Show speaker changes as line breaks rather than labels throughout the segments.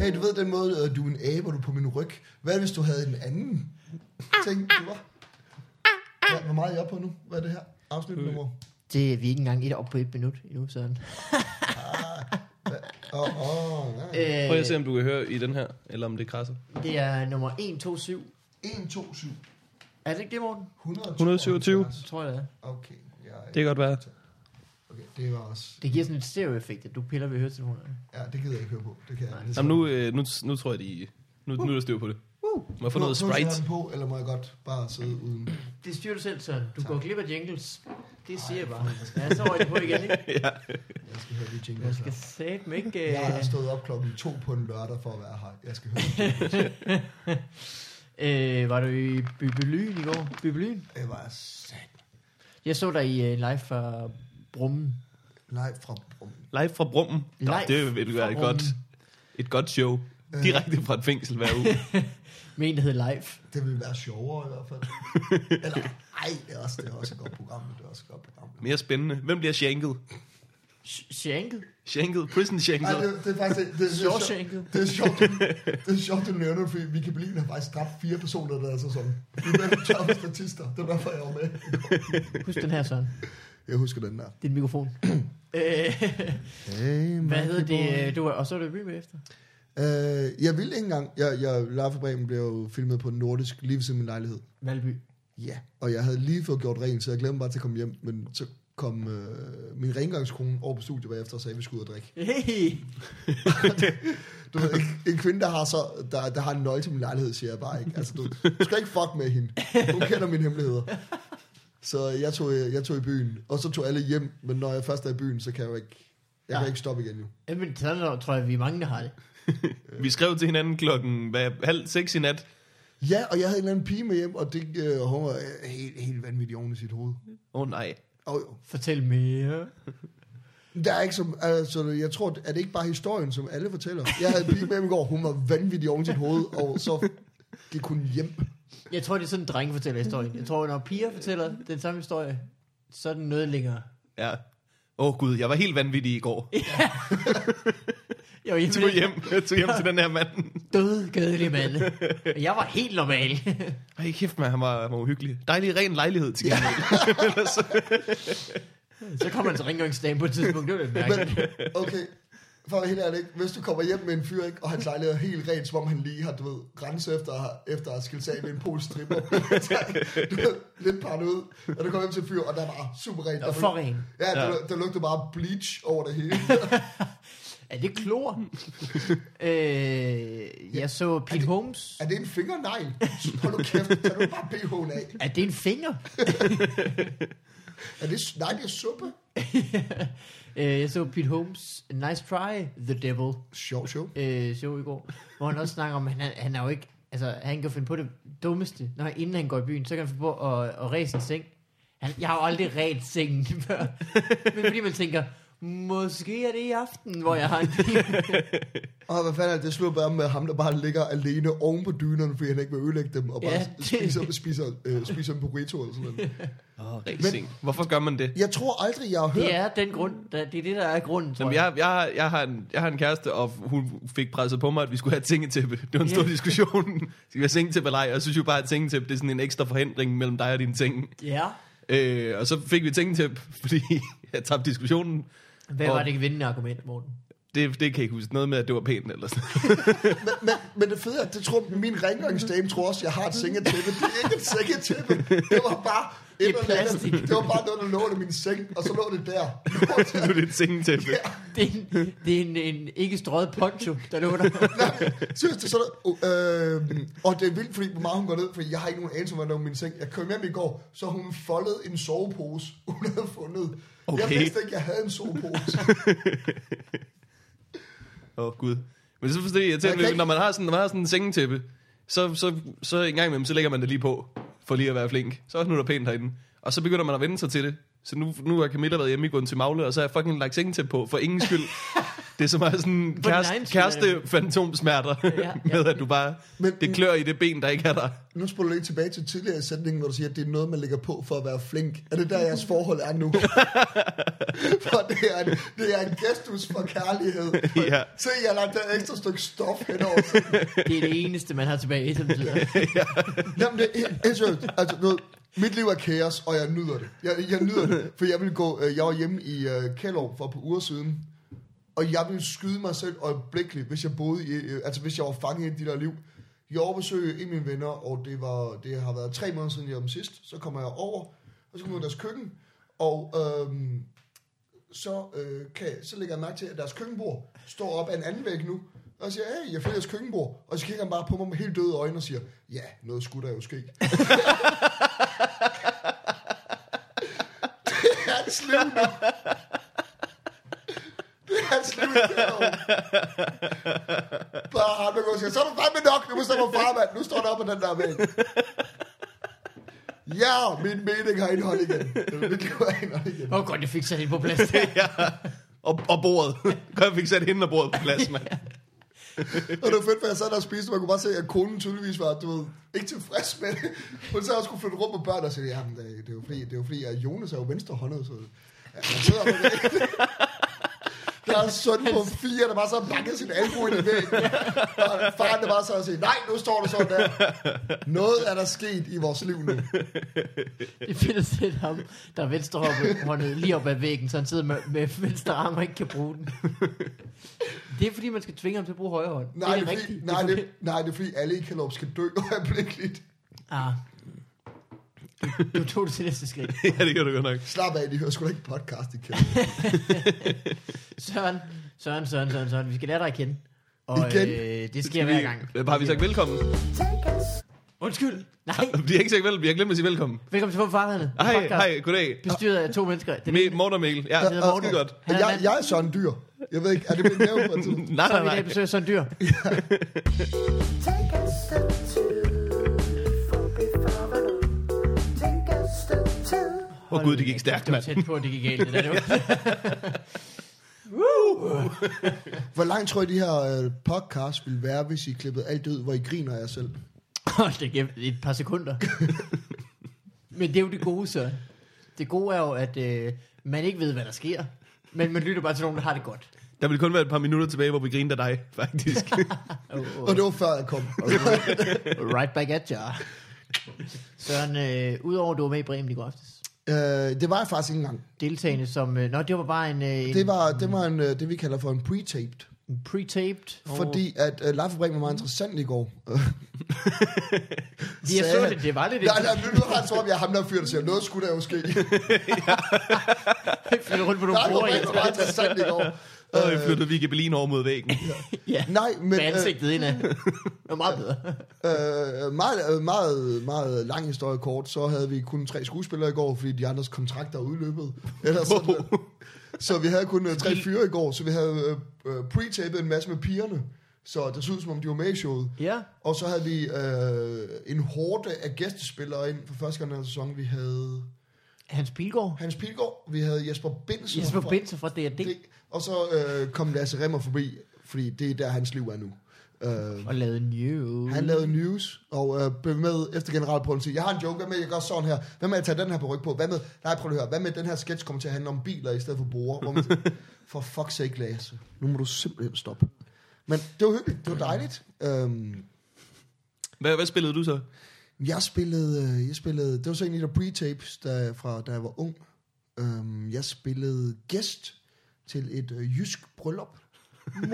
hey, du ved den måde, øh, du er en abe, og du er på min ryg. Hvad hvis du havde en anden ting, du var? Ja, hvor meget er jeg oppe på nu? Hvad er det her? Afsnit nummer?
Det er vi ikke engang et op på et minut endnu, sådan.
Åh, oh, oh, nej.
Øh,
Prøv at se, om du kan høre i den her, eller om det krasser.
det er nummer 1, 2, 7.
1, 2, 7,
Er det ikke det, Morten?
127.
127.
Så tror jeg, det er.
Okay, jeg,
Det kan godt være.
okay, det var også...
Det giver sådan et stereo-effekt, at du piller ved høretelefonerne.
Ja, det gider jeg ikke høre på. Det kan jeg ikke.
Jamen nu, øh, nu, nu tror jeg, de... Nu, nu er der styr på det.
Uh,
Må jeg få noget
Må jeg
Sprite?
den på, eller må jeg godt bare sidde uden?
det styrer du selv, Søren. Du går glip af jingles. Det siger jeg bare. Ja, så røg det på igen, ikke?
Jeg skal høre de
Jeg
jingles
skal
her.
satme ikke... øh,
Jeg har stået op klokken to på en lørdag for at være her. Jeg skal høre.
Øh, var du i Bybelyn i går? Bybelyn?
Det var sat
Jeg så dig i øh, live fra Brummen.
live fra Brummen.
Live fra Brummen. Nå,
Live
det vil
fra Øh.
være et godt, et godt show. Direkte fra et fængsel hver uge.
Med en, der hed Live.
Det ville være sjovere i hvert fald. Eller, ej, det er også, det er også et godt program. Det er også et godt program.
Mere spændende. Hvem bliver shanket?
Sh- Shanket?
Shanket? Prison
Nej,
shanket?
det, det er faktisk det, det, er sjovt.
Shawshanket?
Det er sjovt, du, det er sjovt, du nævner det, fordi Mika Berlin har faktisk dræbt fire personer, der er så sådan. Vi er blandt de toppe statister. Det var derfor, jeg var med.
Husk den her, Søren.
Jeg husker den der.
Din mikrofon. øh,
Hey,
hvad hedder det? øh, Du var, og så er du i byen efter.
Øh, jeg ville ikke engang. Jeg, jeg, Lars Bremen blev jo filmet på nordisk lige ved siden af min lejlighed.
Valby.
Ja, og jeg havde lige fået gjort rent, så jeg glemte bare til at komme hjem. Men så kom øh, min rengøringskone over på studiet bagefter og sagde, at vi skulle ud og drikke.
Hey.
Du ved, en, en kvinde, der har, så, der, der har en nøgle til min lejlighed, siger jeg bare ikke. Altså, du, du skal ikke fuck med hende. Hun kender mine hemmeligheder. Så jeg tog, jeg tog i byen, og så tog alle hjem. Men når jeg først er i byen, så kan jeg jo ikke, jeg kan
Nej.
ikke stoppe igen jo.
Jamen, sådan tror jeg, vi er mange, der har det.
Vi skrev til hinanden klokken hvad, halv seks i nat.
Ja, og jeg havde en eller anden pige med hjem, og det, øh, hun var øh, helt, helt vanvittig oven i sit hoved.
Åh oh, nej.
Og, jo.
Fortæl mere.
Der er ikke som, altså, jeg tror, er det ikke bare historien, som alle fortæller? Jeg havde en pige med hjem i går, hun var vanvittig oven i sit hoved, og så gik hun hjem.
Jeg tror, det er sådan, drenge fortæller historien. Jeg tror, når piger fortæller den samme historie, så er den noget længere.
Ja. Åh oh, gud, jeg var helt vanvittig i går.
Jeg var
Jeg tog hjem, jeg tog hjem til den her mand.
død gædelig mand. Men jeg var helt normal.
Ej, kæft man, han var, han var uhyggelig. Dejlig ren lejlighed til gengæld. altså,
så kom han til rengøringsdagen på et tidspunkt. Det var lidt mærkeligt.
Men, okay, for at være helt ærlig, ikke? hvis du kommer hjem med en fyr, ikke? og hans lejlighed er helt ren, som om han lige har, du ved, renset efter, efter at skille sig af med en polsk stripper. du ved, lidt paranoid, ud, og du kommer hjem til en fyr, og der var super rent.
Og for ren.
Ja, der,
Ja.
der lugter bare bleach over det hele.
Er det klor? øh, jeg så Pete Holmes.
er det en fingernegl? Hold nu kæft, tag nu bare BH'en af.
Er det en finger?
Er det, nej, det er suppe.
øh, jeg så Pete Holmes Nice Try, The Devil,
Sjov, sjov.
øh, show i går, hvor han også snakker om, at han, er- han er jo ikke, altså han kan finde på det dummeste, når han, inden han går i byen, så kan han finde på at, at ræse sin seng. Han, jeg har jo aldrig ret sengen før, men fordi man tænker, måske er det i aften, hvor jeg har en bil.
Og hvad fanden er det, det slutter bare med ham, der bare ligger alene oven på dynerne, fordi han ikke vil ødelægge dem, og bare
Ja,
ja,
det-
spiser, spiser, øh, spiser en burrito eller sådan noget.
Åh, oh, Hvorfor gør man det?
Jeg tror aldrig, jeg har hørt...
Det er den grund, der, det er det, der er grunden, tror
Jamen, jeg, jeg, har- jeg, har en, jeg har en kæreste, og hun fik presset på mig, at vi skulle have et sengetæppe. Det var en stor
Ja.
diskussion. Skal vi have sengetæppe eller ej? Og jeg synes jo bare, at sengetæppe det er sådan en ekstra forhindring mellem dig og din ting.
Ja.
Øh, og så fik vi et sengetæppe, fordi jeg tabte diskussionen.
Hvad
Og-
var det vindende argument, Morten?
Det, det kan jeg ikke huske. Noget med, at det var pænt eller sådan
Men, men, men det fede er, at det tror, min rengøringsdame tror også, jeg har et sengetæppe. Det er ikke et sengetæppe. Det var bare...
er
et eller andet.
plastik.
Det var bare noget, der lå i min seng, og så lå det der.
noget. Nu er det et sengetæppe.
Det er en, det er en, en ikke strøget poncho, der lå der.
Seriøst, det er sådan noget, øh, og det er vildt, fordi hvor meget hun går ned, fordi jeg har ikke nogen anelse om, hvad der er i min seng. Jeg kom hjem i går, så hun foldede en sovepose, hun havde fundet. Okay. Jeg
Okay.
vidste ikke, jeg havde en sovepose.
Åh, oh, gud. Men så forstår jeg,
Jeg kan
irriterende,
ikke-
når man har sådan, når man har sådan en sengetæppe, så, så, så en gang imellem, så lægger man det lige på, for lige at være flink. Så er nu er der pænt herinde. Og så begynder man at vende sig til det. Så nu, nu har Camilla været hjemme i grunden til Magle, og så har jeg fucking lagt sengetæppe på, for ingen skyld. Det er som at sådan
din egen
kæreste,
skyld er det-
kæreste fantomsmerter,
Ja, ja.
med at du bare,
Men-
det klør i det ben, der ikke er der.
Nu spoler du lidt tilbage til tidligere i sætningen, hvor du siger, at det er noget, man lægger på for at være flink. Er det der, jeres forhold er nu? for det er, en, det er en gestus for kærlighed.
Ja.
Se, jeg har lagt et ekstra stykke stof henover.
Det er det eneste, man har tilbage i samtidig.
Jamen, det er helt seriøst. Altså, du ved, mit liv er kaos, og jeg nyder det. Jeg, jeg nyder det, for jeg ville gå, øh, jeg var hjemme i øh, Kælov for et par uger siden, og jeg ville skyde mig selv øjeblikkeligt, hvis jeg boede i, øh, altså hvis jeg var fanget i de der liv. Jeg overbesøgte en af mine venner, og det, var, det har været tre måneder siden jeg var dem sidst. Så kommer jeg over, og så kommer jeg i deres køkken, og øhm, så, øh, kan, så lægger jeg mærke til, at deres køkkenbord står op ad en anden væg nu, og siger, hey, jeg finder jeres køkkenbord. Og så kigger han bare på mig med helt døde øjne og siger, ja, noget skulle der jo ske. det er hans liv nu. Det er hans liv i Kjellerup. Bare ham, der går og siger, så er du fandme nok, nu må stå på farmand, nu står der op ad den der væg. Ja, min mening har indhold igen. Det giver indhold igen.
Åh, oh, godt, jeg fik sat det på plads. der.
ja. Og, og bordet. Kan jeg fik sat hende og bordet på plads, mand.
Og det var fedt, for jeg sad der og spiste, og man kunne bare se, at konen tydeligvis var, du ved, ikke tilfreds med det. Hun sad og skulle flytte rundt med børn og sagde, jamen, øh, det det er jo fordi, det er jo fordi at Jonas er jo venstrehåndet, så ja, man sidder med det. Der er søn på fire, der bare så banket sin albu ind i væggen. Og faren, der bare så og sagde, nej, nu står du sådan der. Noget er der sket i vores liv nu.
Det finder selv ham, der er venstrehåndet lige op ad væggen, så han sidder med, med venstre arm og ikke kan bruge den. Det er fordi, man skal tvinge ham til at bruge højre hånd.
Nej, det er, fordi,
rigtigt.
nej, det, nej, det er fordi, alle i Kalop skal dø øjeblikkeligt.
Ah. Du, du tog det til næste skridt.
ja, det gør du godt nok.
Slap af, de hører sgu da ikke podcast i Kalop.
Søren, Søren, Søren, Søren, Søren. Vi skal lære dig at kende. Og
Igen?
Øh, det sker hver gang.
Vi, øh, har vi sagt velkommen?
Undskyld. Nej,
Vi har ikke sagt velkommen, vi har glemt at sige velkommen.
velkommen til Forfarerne.
Ah. Hej, hej, goddag.
Bestyret af to mennesker. Den
Med Morten og Mikkel. Ja,
hedder Morten.
skide godt. Mm,
Og Jeg, jeg er sådan en dyr. Jeg ved ikke, er det blevet nævnt på et tidspunkt?
Nej,
Så er vi i
nej,
dag
nej.
besøger Søren Dyr.
Take a step two for before the moon. Take a step two.
Åh oh, gud, det gik stærkt,
Det var
mand.
tæt på, at det gik galt. Det der, det var.
Hvor langt tror I, de her øh, podcasts ville være, hvis I klippede alt ud, hvor I griner af jer selv?
Hold da kæft, et par sekunder. Men det er jo det gode, så. Det gode er jo, at øh, man ikke ved, hvad der sker. Men man lytter bare til nogen, der har det godt.
Der vil kun være et par minutter tilbage, hvor vi griner af dig, faktisk.
Oh,
Oh. Og det var før jeg kom.
oh, right back at you. Søren, øh, udover at du var med i Bremen i går aftes.
øh, det var jeg faktisk ikke engang.
Deltagende som... Øh, nå, det var bare en, øh, en,
Det var, det var en, øh, det, vi kalder for en pre-taped.
en pre-taped.
Oh.
Og
Fordi at øh, Live Bremen var meget interessant i går.
Vi jeg så det, det var lidt...
nej, nej, nu lyder han som om, jeg er ham, der fyrer der siger, noget skulle der jo ske. nej,
Jeg flytter rundt på nogle
det var,
bruger.
det var meget interessant i går.
Og øh, flyttede Vicky Berlin over mod væggen.
Ja,
Nej, men
med
øh,
ansigtet indad. Det var meget bedre.
øh, meget, øh, meget, meget lang historie kort, så havde vi kun tre skuespillere i går, fordi de andres kontrakter er udløbet. Eller sådan, noget. Så vi havde kun øh, tre fyre i går, så vi havde øh, øh, pre-tapet en masse med pigerne, så det så ud som om de var med i showet.
Ja.
Og så havde vi øh, en horde af gæstespillere ind for første gang i den her sæson. Vi havde
Hans Pilgaard.
Hans Pilgaard, vi havde Jesper Binsen.
Jesper
fra
Binse fra D&D.
D, og så øh, kom Lasse Remmer forbi, fordi det er der, hans liv er nu. Øh,
Og lavede news.
han lavede news, og øh, blev med efter generalprøven til, jeg har en joke, hvad med, jeg gør sådan her, hvad med, at tage den her på ryg på, hvad med, nej, prøv lige at høre, hvad med, at den her sketch kommer til at handle om biler i stedet for borer, hvor man siger, for fuck's sake, Lasse, nu må du simpelthen stoppe. Men det var hyggeligt, det var dejligt. Øhm,
Hvad, hvad spillede du så?
jeg spillede, øh, jeg spillede, det var så en af de der pre-tapes, der, fra, da jeg var ung. Øhm, jeg spillede gæst til et øh, jysk bryllup.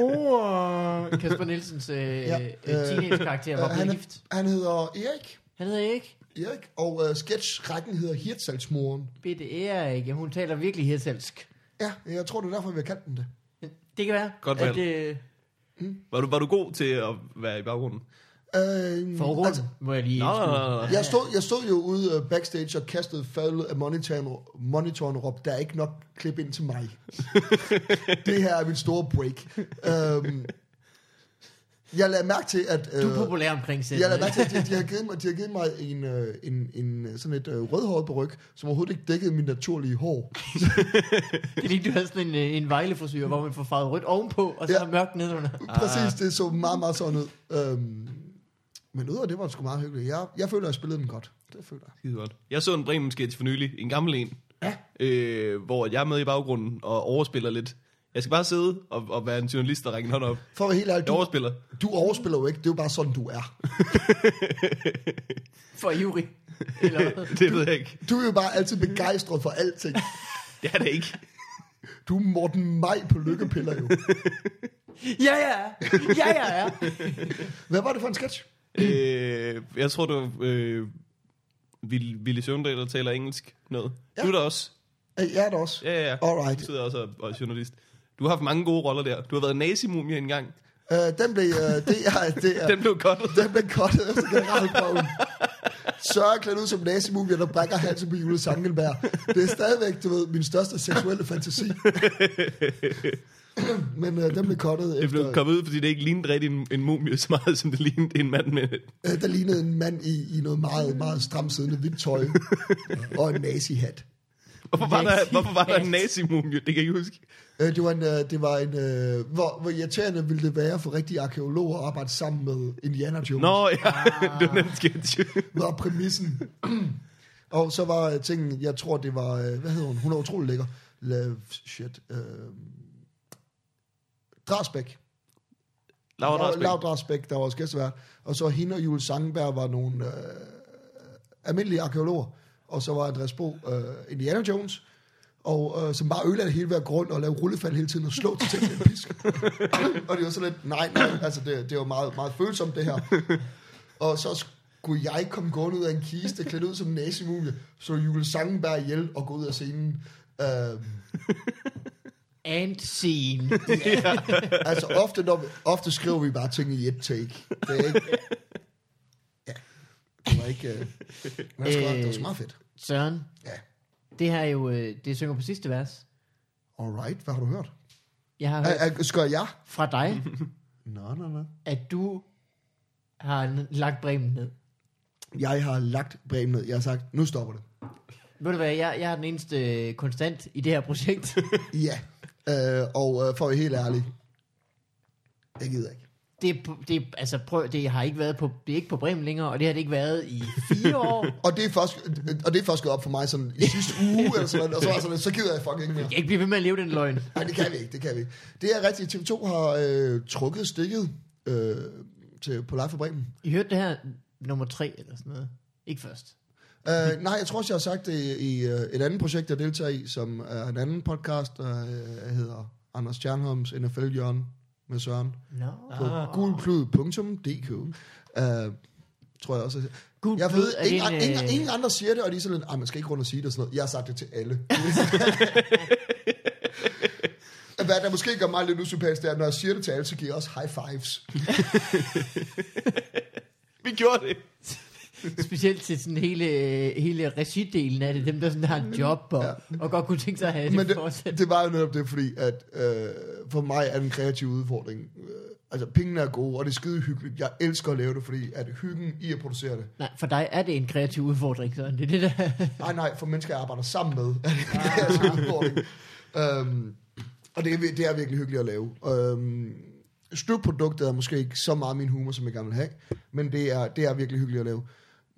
Mor! Kasper Nielsens øh, ja, øh, teenage-karakter var
øh, han,
blevet
er-
gift.
han hedder Erik,
Han hedder ikke
Erik og øh, sketchrækken hedder Hirtsalsmoren.
Bitte E Erik. Jamen, Hun taler virkelig hirtsalsk.
Ja, jeg tror, det er derfor, vi har kaldt den det.
Det kan være,
Godt
at øh,
Var du, var du god til at være i baggrunden?
Øh,
forhånden altså, må jeg lige...
Nå,
indskyde.
nej, nej, nej.
jeg, stod, jeg stod jo ude øh, backstage og kastede faldet af monitoren, monitoren og råbte, der er ikke nok klip ind til mig. det her er mit store break. Øhm, Jeg lader mærke til, at...
Du er
øh,
populær omkring selv.
Jeg lader mærke til, at de, de, har givet mig, de har givet mig en, øh, en, en øh, sådan et øh, rødhåret peryk, som overhovedet ikke dækkede min naturlige hår.
Det er lige, du har sådan en, øh, en vejleforsyre, hvor man får farvet rødt ovenpå, og så
Ja.
ja. mørkt nedenunder.
Præcis, det så meget, meget sådan ud. Øhm, men udover det var det sgu meget hyggeligt. Jeg, jeg føler, at jeg spillede dem godt. Det føler jeg.
Skide godt. Jeg så en Bremen sketch for nylig, en gammel en, ja. øh, hvor jeg er med i baggrunden og overspiller lidt. Jeg skal bare sidde og, og være en journalist og række en hånd op.
For at være helt ærlig,
Jeg
du,
overspiller.
du overspiller jo ikke. Det er jo bare sådan, du er.
For Juri. Eller hvad?
Det ved jeg ikke.
Du er jo bare altid begejstret for alting.
Det er det ikke.
Du er Morten Maj på lykkepiller jo.
Ja, ja, ja, ja, ja.
Hvad var det for en sketch?
øh, jeg tror, det var øh, Ville, Ville Søvndal, der taler engelsk noget.
Ja.
Ja. Du er der også.
Øh, Jeg er der også.
Ja, ja, ja.
Alright.
Du sidder også og, og er journalist. Du har haft mange gode roller der. Du har været nazimumie en gang.
Øh, den blev... Øh, det er, det er,
Ja. Den blev godt.
Den blev kottet efter generalprøven. Sørge klædt ud som nazimumie, der brækker halsen på Julie Sankelberg. Det er stadigvæk, du ved, min største seksuelle fantasi. Men øh, den blev kottet
Det
efter...
blev kommet ud, fordi det ikke lignede rigtig en, en mumie så meget, som det lignede en mand med
Øh, der lignede en mand i, i noget meget, meget stramt siddende hvidt tøj. og en nazi-hat.
Hvorfor var, der,
Nazi-
hvorfor var der en
hat.
nazimumie? Det kan jeg ikke huske.
Øh, det var en... Øh, det var en øh, hvor, hvor irriterende ville det være for rigtige arkæologer at arbejde sammen med Indiana Jones?
Nå, ja, det var den sketch.
var præmissen. og så var øh, tingen, jeg tror det var, øh, hvad hedder hun, hun er utrolig lækker. Love, shit. Øh, Drasbæk.
Laura Drasbæk.
Lav Drasbæk, der var også gæstevært. Og så hende og Jules Sangenberg var nogle øh, almindelige arkeologer. Og så var Andreas Bo øh, Indiana Jones. Og øh, som bare ødelagde det hele ved at gå rundt og lave rullefald hele tiden og slå til ting med en pisk. og det var sådan lidt, nej, nej, altså det, det var meget, meget følsomt det her. Og så skulle jeg komme gående ud af en kiste, klædt ud som en nazimumie, så Jules Sangenberg ihjel og gå ud af scenen. Øh,
And scene.
Altså ofte, når vi, ofte skriver vi bare ting i et take. Det er ikke... Ja. Det var ikke... Uh, man skal, det var så meget fedt.
Søren,
Ja.
det her er jo, øh, det synger på sidste vers.
Alright, hvad har du hørt?
Jeg har hørt
Er, er, skal jeg?
fra dig,
Nå, nå, nå.
at du har n- lagt bremen ned.
Jeg har lagt bremen ned. Jeg har sagt, nu stopper det.
Ved du hvad, jeg, jeg er den eneste øh, konstant i det her projekt.
Ja. Uh, og uh, for at være helt ærlig, jeg gider ikke.
Det, er på- det, er- altså, prøv, det har ikke været på, det er ikke på bremen længere, og det har det ikke været i fire år.
Og det er først, og det er først gået op for mig sådan i sidste uge, eller sådan, noget, og så var jeg sådan, så gider jeg fucking ikke mere.
Jeg kan ikke blive ved med at leve den løgn.
Nej, det kan vi ikke, det kan vi ikke. Det er rigtigt, TV2 har øh, trukket stikket øh, til, på Øh, Live for Bremen.
I hørte det her nummer tre eller sådan noget. Ikke først.
Uh, nej, jeg tror også, jeg har sagt det i uh, et andet projekt, jeg deltager i, som er en anden podcast, der uh, hedder Anders Stjernholms NFL Jørgen med Søren
No.
på ah. gulklud.dk. Uh, tror jeg også.
Gul
jeg
Klud
ved,
er
ingen,
din,
ingen,
øh,
ingen andre siger det, og de er sådan lidt, "Ej, man skal ikke rundt og sige det og sådan noget. Jeg har sagt det til alle. Hvad der måske gør mig lidt usympatisk, det er, at når jeg siger det til alle, så giver jeg også high fives.
Vi gjorde det.
Specielt til sådan hele, øh, hele regidelen af det. Dem, der sådan har et job og, ja. og godt kunne tænke sig at have det,
Men
det
det,
fortsat.
det var jo netop det, fordi at, øh, for mig er den kreative udfordring, øh, altså pengene er gode, og det er skide hyggeligt. Jeg elsker at lave det, fordi at hyggen i at producere det.
Nej, for dig er det en kreativ udfordring, sådan. Det er det der.
Nej, nej, for mennesker, jeg arbejder sammen med, er det en kreativ udfordring. Øhm, og det er, vir- det er virkelig hyggeligt at lave. Øhm, slutproduktet er måske ikke så meget min humor, som jeg gerne vil have, men det er, det er virkelig hyggeligt at lave.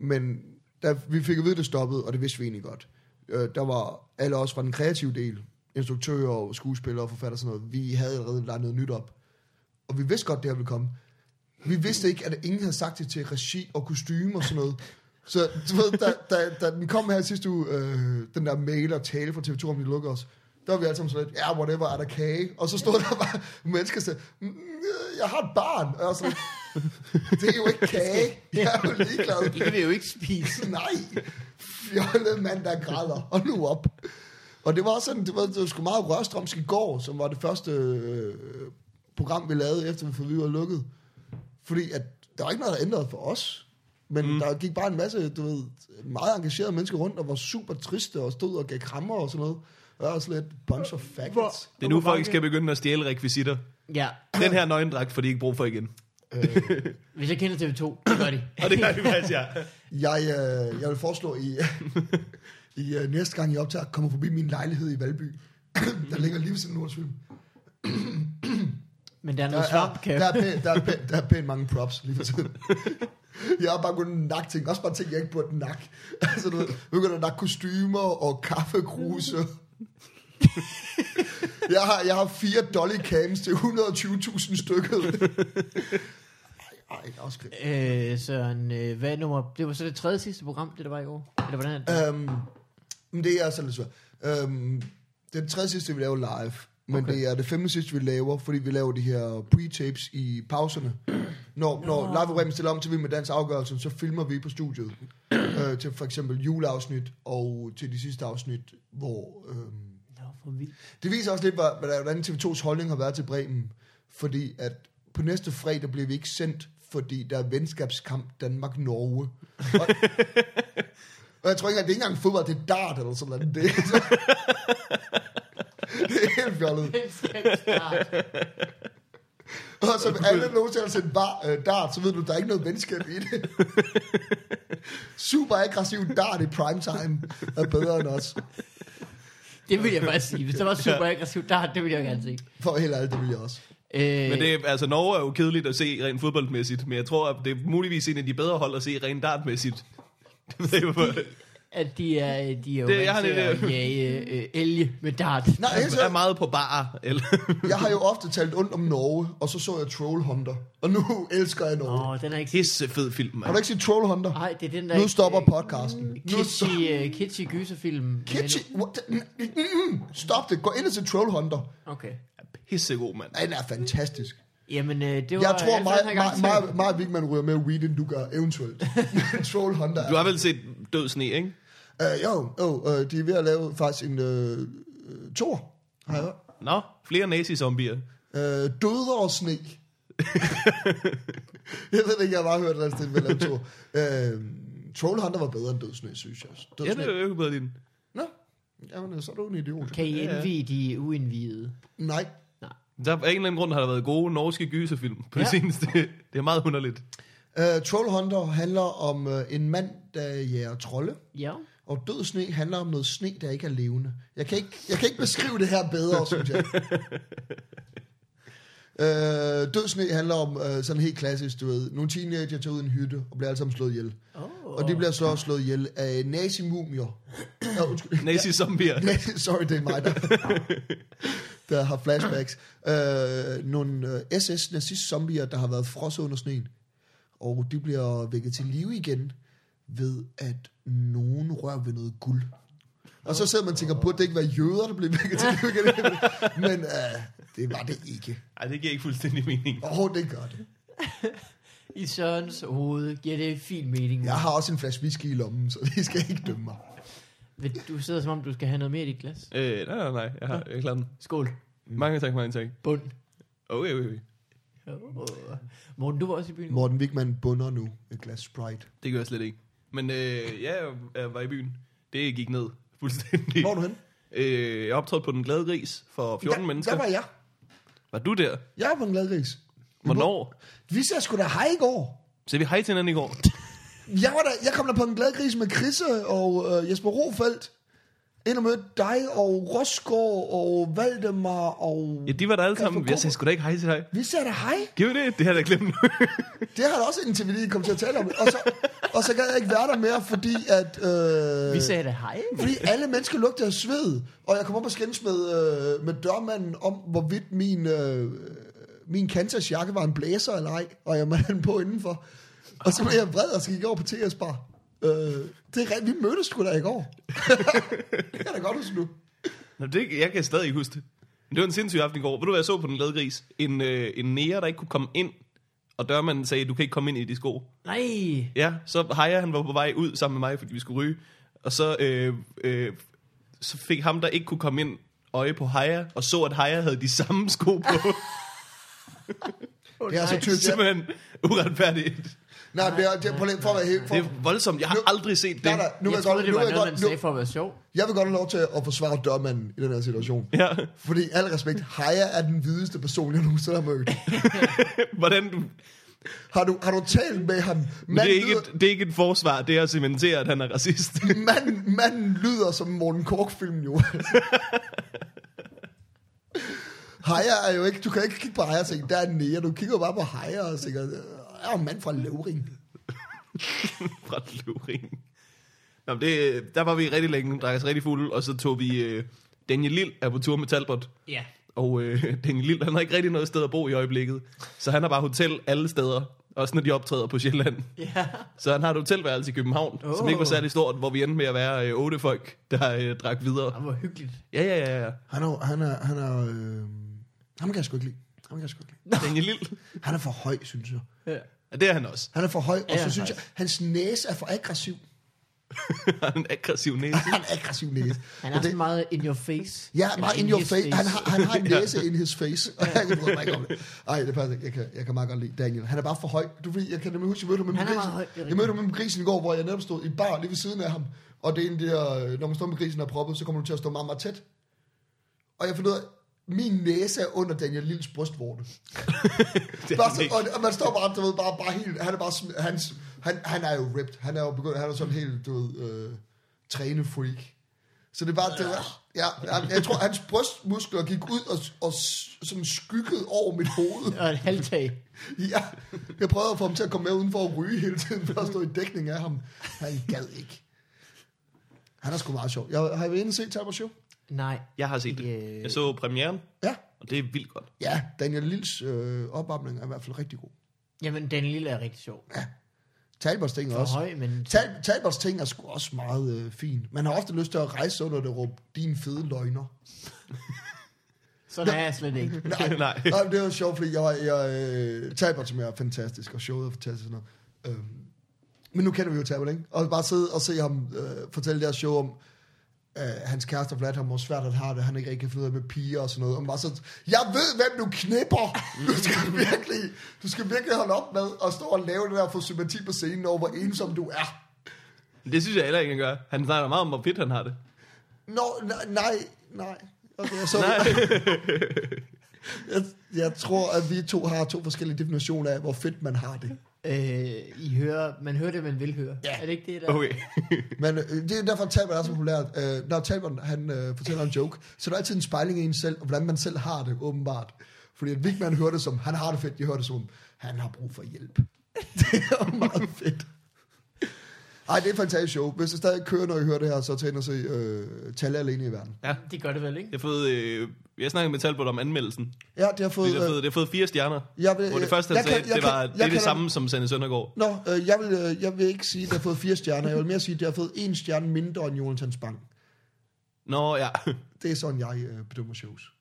Men da vi fik at vide, det stoppede, og det vidste vi egentlig godt. Øh, der var alle os fra den kreative del, instruktører og skuespillere og forfatter og sådan noget, vi havde allerede lagt noget nyt op. Og vi vidste godt, det her ville komme. Vi vidste ikke, at ingen havde sagt det til regi og kostume og sådan noget. Så du ved, da, da, da den kom her sidste uge, øh, den der mail og tale fra TV2 om, de lukker os, der var vi alle sammen sådan lidt, ja, yeah, whatever, er der kage? Og så stod der bare mennesker og sagde, "Mm, øh, jeg har et barn. Og jeg var sådan, det er jo ikke kage. Jeg er jo ligeglad.
Det kan vi jo ikke spise.
Nej, fjollet mand, der græder. Og nu op. Og det var sådan, det var, det var sgu meget rørstrømsk i går, som var det første øh, program, vi lavede, efter vi for vi var lukket. Fordi at, der var ikke noget, der ændrede for os. Men mm. der gik bare en masse, du ved, meget engagerede mennesker rundt, og var super triste, og stod og gav krammer og sådan noget. Og jeg var sådan lidt bunch of faggots.
Det er nu, folk skal begynde at stjæle rekvisitter.
Ja.
Den her nøgendragt får de ikke brug for igen.
Øh, hvis jeg kender TV2, det gør de.
Og det gør de faktisk, ja.
Jeg, øh, jeg vil foreslå, I, I øh, næste gang I optager, kommer forbi min lejlighed i Valby. der ligger lige ved siden af Nordsvim.
Men der er
Der
noget
er,
svamp, kan
der, er pænt, der, er pænt, der er pænt mange props lige for tiden. Jeg har bare kunnet nakke ting. Også bare ting, jeg ikke burde nakke. Altså, du ved, nu kan der nakke kostymer og kaffekruse. Jeg har, jeg har fire dolly cams til 120.000 stykket. Ej, ej, også grimt.
Øh, Søren, øh, hvad er nummer? Det var så det tredje sidste program, det der var i år. Eller hvordan? Øh.
Øhm, men det er så lidt svært. Øhm, det er det tredje sidste, vi laver live. Men okay. det er det femte sidste, vi laver, fordi vi laver de her pre-tapes i pauserne. Når, når live programmet stiller om til Vild med Dans afgørelsen, så filmer vi på studiet. øh, til for eksempel juleafsnit og til de sidste afsnit, hvor... Øhm,
Nå, for vildt.
det viser også lidt, hvor- hvordan hvordan TV2's holdning har været til Bremen. Fordi at på næste fredag bliver vi ikke sendt, fordi der er venskabskamp Danmark-Norge. Og, og jeg tror ikke, at det er ikke engang fodbold, det er dart eller sådan noget. Det, er så- det er helt fjollet. Og så vil alle nogensinde har sendt bar, øh, dart, så ved du, der er ikke noget venskab i det. Super aggressiv dart i primetime er bedre end os.
Det vil jeg faktisk sige. Hvis der var super aggressiv der, det ville jeg gerne se.
For helt ærligt, det vil jeg også.
Øh,
Men det, er- altså, Norge er jo kedeligt at se rent fodboldmæssigt, men jeg tror, at det er muligvis en af de bedre hold at se rent dartmæssigt. Det ved jeg ikke, hvorfor.
at de er, øh, de er jo
Det-
det,
jeg har
vant til
lidt-
at jage øh, elge med dart.
Nej, helt
Altså, er
seriøst.
meget på bar, eller...
Jeg har jo ofte talt ondt om Norge, og så så jeg Trollhunter. Og nu elsker jeg Norge.
Åh, oh, den er ikke...
Hisse fed film,
Har
mand.
du ikke set Trollhunter?
Nej, det er den der...
Nu
ikke-
stopper
øh,
podcasten. Nu
Kitschy, øh, kitschy gyserfilm.
Kitschy, what the, mm, mm, mm. stop det. Gå ind og se Trollhunter.
Okay.
Pissegod, mand.
Den er fantastisk.
Jamen, øh, det var...
Jeg tror,
alt for
meget,
den her gang.
meget, meget, meget Vigman ryger mere weed, end du gør eventuelt. Men Trollhunter
Du
er...
har vel set Død Sne, ikke?
Øh, jo, jo øh, de er ved at lave faktisk en øh, øh, tor. Har jeg hørt.
Nå, flere nazi-zombier.
Øh, døder og sne. jeg ved det ikke, jeg har bare hørt, at det er en tor. Øh, Trollhunter var bedre end Dødsne, synes jeg. Død
Ja, det er jo bedre din.
Nå, jamen, øh, så er du en idiot.
Kan I indvige de uindvidede?
Nej,
Der, af en eller anden grund har der været gode norske gyserfilm på ja.
Ja.
det seneste. Det er meget underligt.
uh, Trollhunter handler om uh, en mand, der jager trolde,
Ja.
og død sne handler om noget sne, der ikke er levende. Jeg kan ikke, jeg kan ikke beskrive det her bedre, synes jeg. Uh, død sne handler om uh, sådan helt klassisk, du ved, nogle teenager tager ud i en hytte og bliver alle sammen slået ihjel.
Oh.
Og de bliver så også slået ihjel af nazimumier. Uh, undskyld.
Nazi-zombier.
Ja, Sorry, det er mig, der, der har flashbacks. Øh, nogle øh, SS-nazist-zombier, der har været frosset under sneen. Og de bliver vækket til live igen, ved at nogen rører ved noget guld. Og så sidder man og tænker, burde det ikke være jøder, der blev vækket til live igen? Men øh, det var det ikke.
Ej, det giver ikke fuldstændig mening.
Åh, oh, det gør det.
I Sørens hoved giver det fin mening.
Jeg har også en flaske whisky i lommen, så de skal ikke dømme mig.
Men Du sidder som om, du skal have noget mere i dit glas.
Øh, nej, nej, nej. Jeg har jeg klarer den.
Skål.
Mange tak, mange tak.
Bund.
Okay, okay, okay.
Åh. Morten, du var også i byen.
Morten Wigman bunder nu et glas Sprite.
Det gør jeg slet ikke. Men øh, ja, jeg er- var i byen. Det gik ned fuldstændig.
Hvor er du hen?
Øh, jeg optrådte på Den Glade Gris for 14
der,
mennesker.
Der var jeg.
Var du der?
Jeg er på en glad gris.
Hvornår?
Vi ser sgu da hej i går.
Så vi hej til hinanden i går.
Jeg, var der, jeg kom der på en glad gris med Krisse og øh, Jesper Rofeldt. Ind og mødte dig og Rosgaard og Valdemar og...
Ja, de var der alle sammen.
Kasper
Jeg sagde sgu da ikke hej til dig.
Vi sagde da hej.
Gjorde vi det? Det har jeg da glemt nu.
Det har jeg da også indtil vi lige kom til at tale om. det. Og så, og så gad jeg ikke være der mere, fordi at... Øh,
Vi sagde da hej.
Fordi alle mennesker lugtede af sved, og jeg kom op og skændes med, øh, med dørmanden om, hvorvidt min, øh, min Kansas jakke var en blæser eller ej, og jeg måtte have den på indenfor. Og så blev jeg vred og så gik jeg over på TS Bar. Øh, det er rent, vi mødtes sgu da i går. det kan jeg da godt huske nu.
Nå, det, jeg kan stadig ikke huske det. Men det var en sindssyg aften i går. Ved du, hvad jeg så på Den Glade Gris? En, øh, en nære, der ikke kunne komme ind. Og dørmanden sagde, du kan ikke komme ind i de sko.
Nej.
Ja, så Heja, han var på vej ud sammen med mig, fordi vi skulle ryge. Og så, øh, øh, så fik ham, der ikke kunne komme ind, øje på Heja, og så, at Heja havde de samme sko på.
Det er så
det er
typisk. Ja.
simpelthen uretfærdigt.
Nej, det er, det er, prøv lige- for at være helt... For,
Det er voldsomt. Jeg har
Nu-
aldrig set det.
nej, nej, nu vil jeg,
Jeg
godt,
troede, det
nu
var
vil jeg,
noget, man
godt, nu,
sagde for at være sjov.
jeg vil godt have lov til at forsvare dørmanden i den her situation.
Ja.
Fordi al respekt, Haya er den hvideste person, jeg nogensinde har mødt.
Hvordan du...
Har du, har du talt med ham?
Men det, er ikke
lyder,
et, det er ikke et forsvar, det er at cementere, at han er racist.
manden, manden lyder som en Morten Kork-film jo. altså. Hejer er jo ikke, du kan ikke kigge på Hejer og tænke, der er den nære. Du kigger jo bare på Hejer og tænker, "Øh, jeg er en mand fra Løvring.
fra Luring. Nå, men det, der var vi rigtig længe, drak os rigtig fulde, og så tog vi... Øh, Daniel Lille er på tur med Talbot,
Ja.
og øh, Daniel Lille, han har ikke rigtig noget sted at bo i øjeblikket, så han har bare hotel alle steder, også når de optræder på Sjælland.
Ja.
Så han har et hotelværelse i København, oh. som ikke var særlig stort, hvor vi endte med at være øh, otte folk, der øh, drak videre.
Og hvor hyggeligt.
Ja, ja, ja, ja.
Han er, han er, han er, øh, ham kan jeg sgu ikke lide. Ham kan jeg sgu ikke lide.
Daniel Lille,
Han er for høj, synes jeg.
Ja.
ja, det er han også.
Han er for høj, og
Ja,
så synes jeg,
faktisk.
hans næse er for aggressiv.
Han er en aggressiv næse.
Han er aggressiv næse.
Han er
Og
også meget in your face.
Ja,
Eller
meget in your
his
face. Han har, han har en næse in his face. Og jeg bryder mig ikke om det. Ej, det passer ikke. Jeg kan, jeg kan meget godt lide Daniel. Han er bare for høj. Du ved, jeg kan nemlig huske, jeg mødte ham med
Han er
grisen.
meget høj, det er
jeg
rigtigt.
mødte ham med grisen i går, hvor jeg netop stod i bar lige ved siden af ham. Og det er en af de der, øh, når man står med grisen og er proppet, så kommer du til at stå meget, meget tæt. Og jeg fandt ud af, min næse er under Daniel Lills brystvorte.
Det er
Bare
han
så,
ikke.
og, og, man står bare, du ved, bare, bare helt, han er bare, sm- han, han, han er jo ripped. Han er jo begyndt, han er sådan helt, du ved, øh, trænefreak. Så det var, det var ja, jeg, jeg tror, hans brystmuskler gik ud og, og s- sådan skyggede over mit hoved.
Og et halvtag.
Ja, jeg prøvede at få ham til at komme med udenfor og ryge hele tiden, for at stå i dækning af ham. Han gad ikke. Han er sgu meget sjov. Jeg, har I været inde og se Talbot Show?
Nej.
Jeg har set det.
Yeah.
Jeg så premieren,
Ja.
og det er vildt godt.
Ja, Daniel Lills øh, opvarmning er i hvert fald rigtig god.
Jamen, den lille er rigtig sjov.
Talbots ting er
For
også.
høj, men...
Tal, Talbots ting er sgu også meget øh, fin. Man har ofte lyst til at rejse sig under det og råbe, din fede løgner.
Sådan er jeg slet ikke.
Nej,
Nej.
nej. det var sjovt, fordi jeg, var- jeg øh, Talbot, som er fantastisk, og showet er fantastisk og sådan noget. Øhm, men nu kender vi jo Talbot, ikke? Og bare sidde og se ham øh, fortælle det her show om, øh, hans kæreste har forladt ham, hvor svært han har det, han ikke rigtig kan finde ud af med piger og sådan noget. Og man bare så, jeg ved, hvem du knipper! Du skal virkelig, du skal virkelig holde op med at stå og lave det der og få sympati på scenen over, hvor ensom du er.
Det synes jeg heller ikke, han gør. Han snakker meget om, hvor fedt han har det.
Nå, nej, nej, nej. Okay, jeg, så,
Nej.
jeg, jeg tror, at vi to har to forskellige definitioner af, hvor fedt man har det.
Øh, I hører... Man hører det, man vil høre.
Ja.
Er det ikke det, der...
Okay.
Men øh, det er derfor, at Talbot er så populært. Øh, når Talbot han, øh, fortæller en joke, så er der altid en spejling af en selv, og hvordan man selv har det, åbenbart. Fordi at Vigman hører det som, han har det fedt, jeg hører det som, han har brug for hjælp. Det er jo meget fedt. Ej, det er et fantastisk show. Hvis det stadig kører, når I hører det her, så tag ind og se øh, Talle alene i verden.
Det gør det vel, ikke?
Jeg har fået, øh, jeg snakkede med Talbot om anmeldelsen. Det
Ja, det har fået... øh,
har fået, det har fået fire stjerner.
jeg vil-
hvor det
jeg-
første, han
Øh, jeg
sagde,
kan- jeg
det, var,
kan-
det er
jeg
det
kan-
samme som Sande Søndergaard.
Nå, øh, jeg, vil, øh, jeg vil ikke sige, at det har fået fire stjerner. Jeg vil mere sige, at det har fået en stjerne mindre end Jonathan Spang.
Nå, ja.
Det er sådan, jeg øh, bedømmer shows.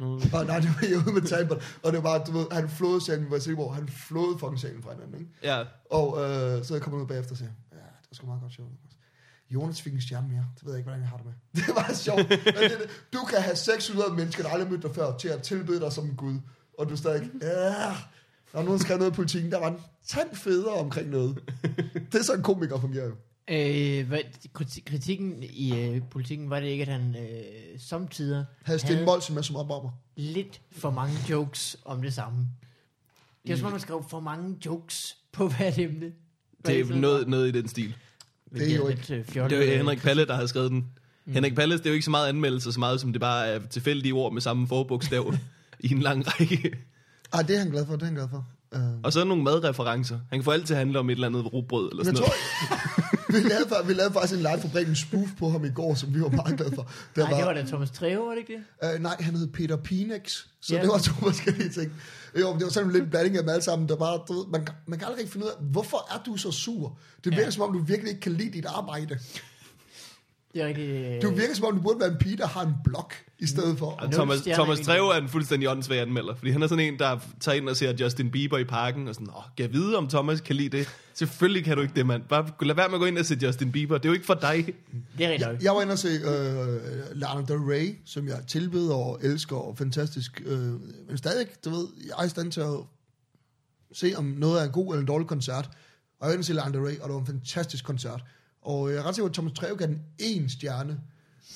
Mm. Og nej, det var jeg ude med Talbot, og det var, du ved, han flåede salen, hvor jeg hvor han flåede fucking salen fra hinanden, ikke?
ja.
Og øh, så jeg kommer ud bagefter og siger, ja, det var sgu meget godt sjovt. Jonas fik en stjerne mere. Det ved jeg ikke, hvordan jeg har det med. Det var sjovt. Men det, er det. du kan have 600 mennesker, der aldrig mødte dig før, til at tilbede dig som en gud. Og du stadig, ja. Der var nogen, der skrev noget i politikken, der var en tand federe omkring noget. Det er sådan en komiker fungerer jo.
Øh, hvad, kriti- kritikken i øh, politikken var det ikke, at han øh, samtidig
Havde Sten Molsen med som opvarmer.
lidt for mange jokes om det samme. Det er som om, man skrev for mange jokes på hvert emne.
Det er noget, noget i den stil.
Det er Mm. jo ikke-
øh,
Det var Henrik Palle, der havde skrevet den. Henrik Palle, det er jo ikke så meget anmeldelser, så meget som det bare er tilfældige ord med samme forbogstav i en lang række.
Ej, det er han glad for, det er han glad for. Uh,
Og så nogle madreferencer. Han kan få alt til at handle om et eller andet rugbrød eller sådan
Jeg
noget.
tror, vi, lavede, fa- vi lavede faktisk en live fra Bremen spoof på ham i går, som vi var meget glade for. Der
Nej, det var da Thomas Treve, var det ikke det?
Øh, nej, han hed Peter Pinex, så
Ja.
det var to forskellige ting. Jo, men det var sådan lidt en blanding af dem alle sammen, der bare, du ved, man, man kan aldrig rigtig finde ud af, hvorfor er du så sur? Det virker ja. som om, du virkelig ikke kan lide dit arbejde.
Det er øh, rigtig...
Du virker som om, du burde være en pige, der har en blog i stedet for.
Og
Nul
Thomas,
stjerner
Thomas
i
Treve er en fuldstændig åndssvag anmelder, fordi han er sådan en, der tager ind og ser Justin Bieber i parken, og sådan, åh, kan jeg vide, om Thomas kan lide det? Selvfølgelig kan du ikke det, mand. Bare lad være med at gå ind og se Justin Bieber. Det er jo ikke for dig.
Det er rigtig nok.
Jeg var inde og se øh, Lana Del Rey, som jeg tilbeder og elsker og fantastisk. Øh, men stadig, du ved, jeg er i stand til at se, om noget er en god eller en dårlig koncert. Og jeg var inde og se Lana Del Rey, og det var en fantastisk koncert. Og jeg er ret sikker på, at Thomas Treve gav den én stjerne,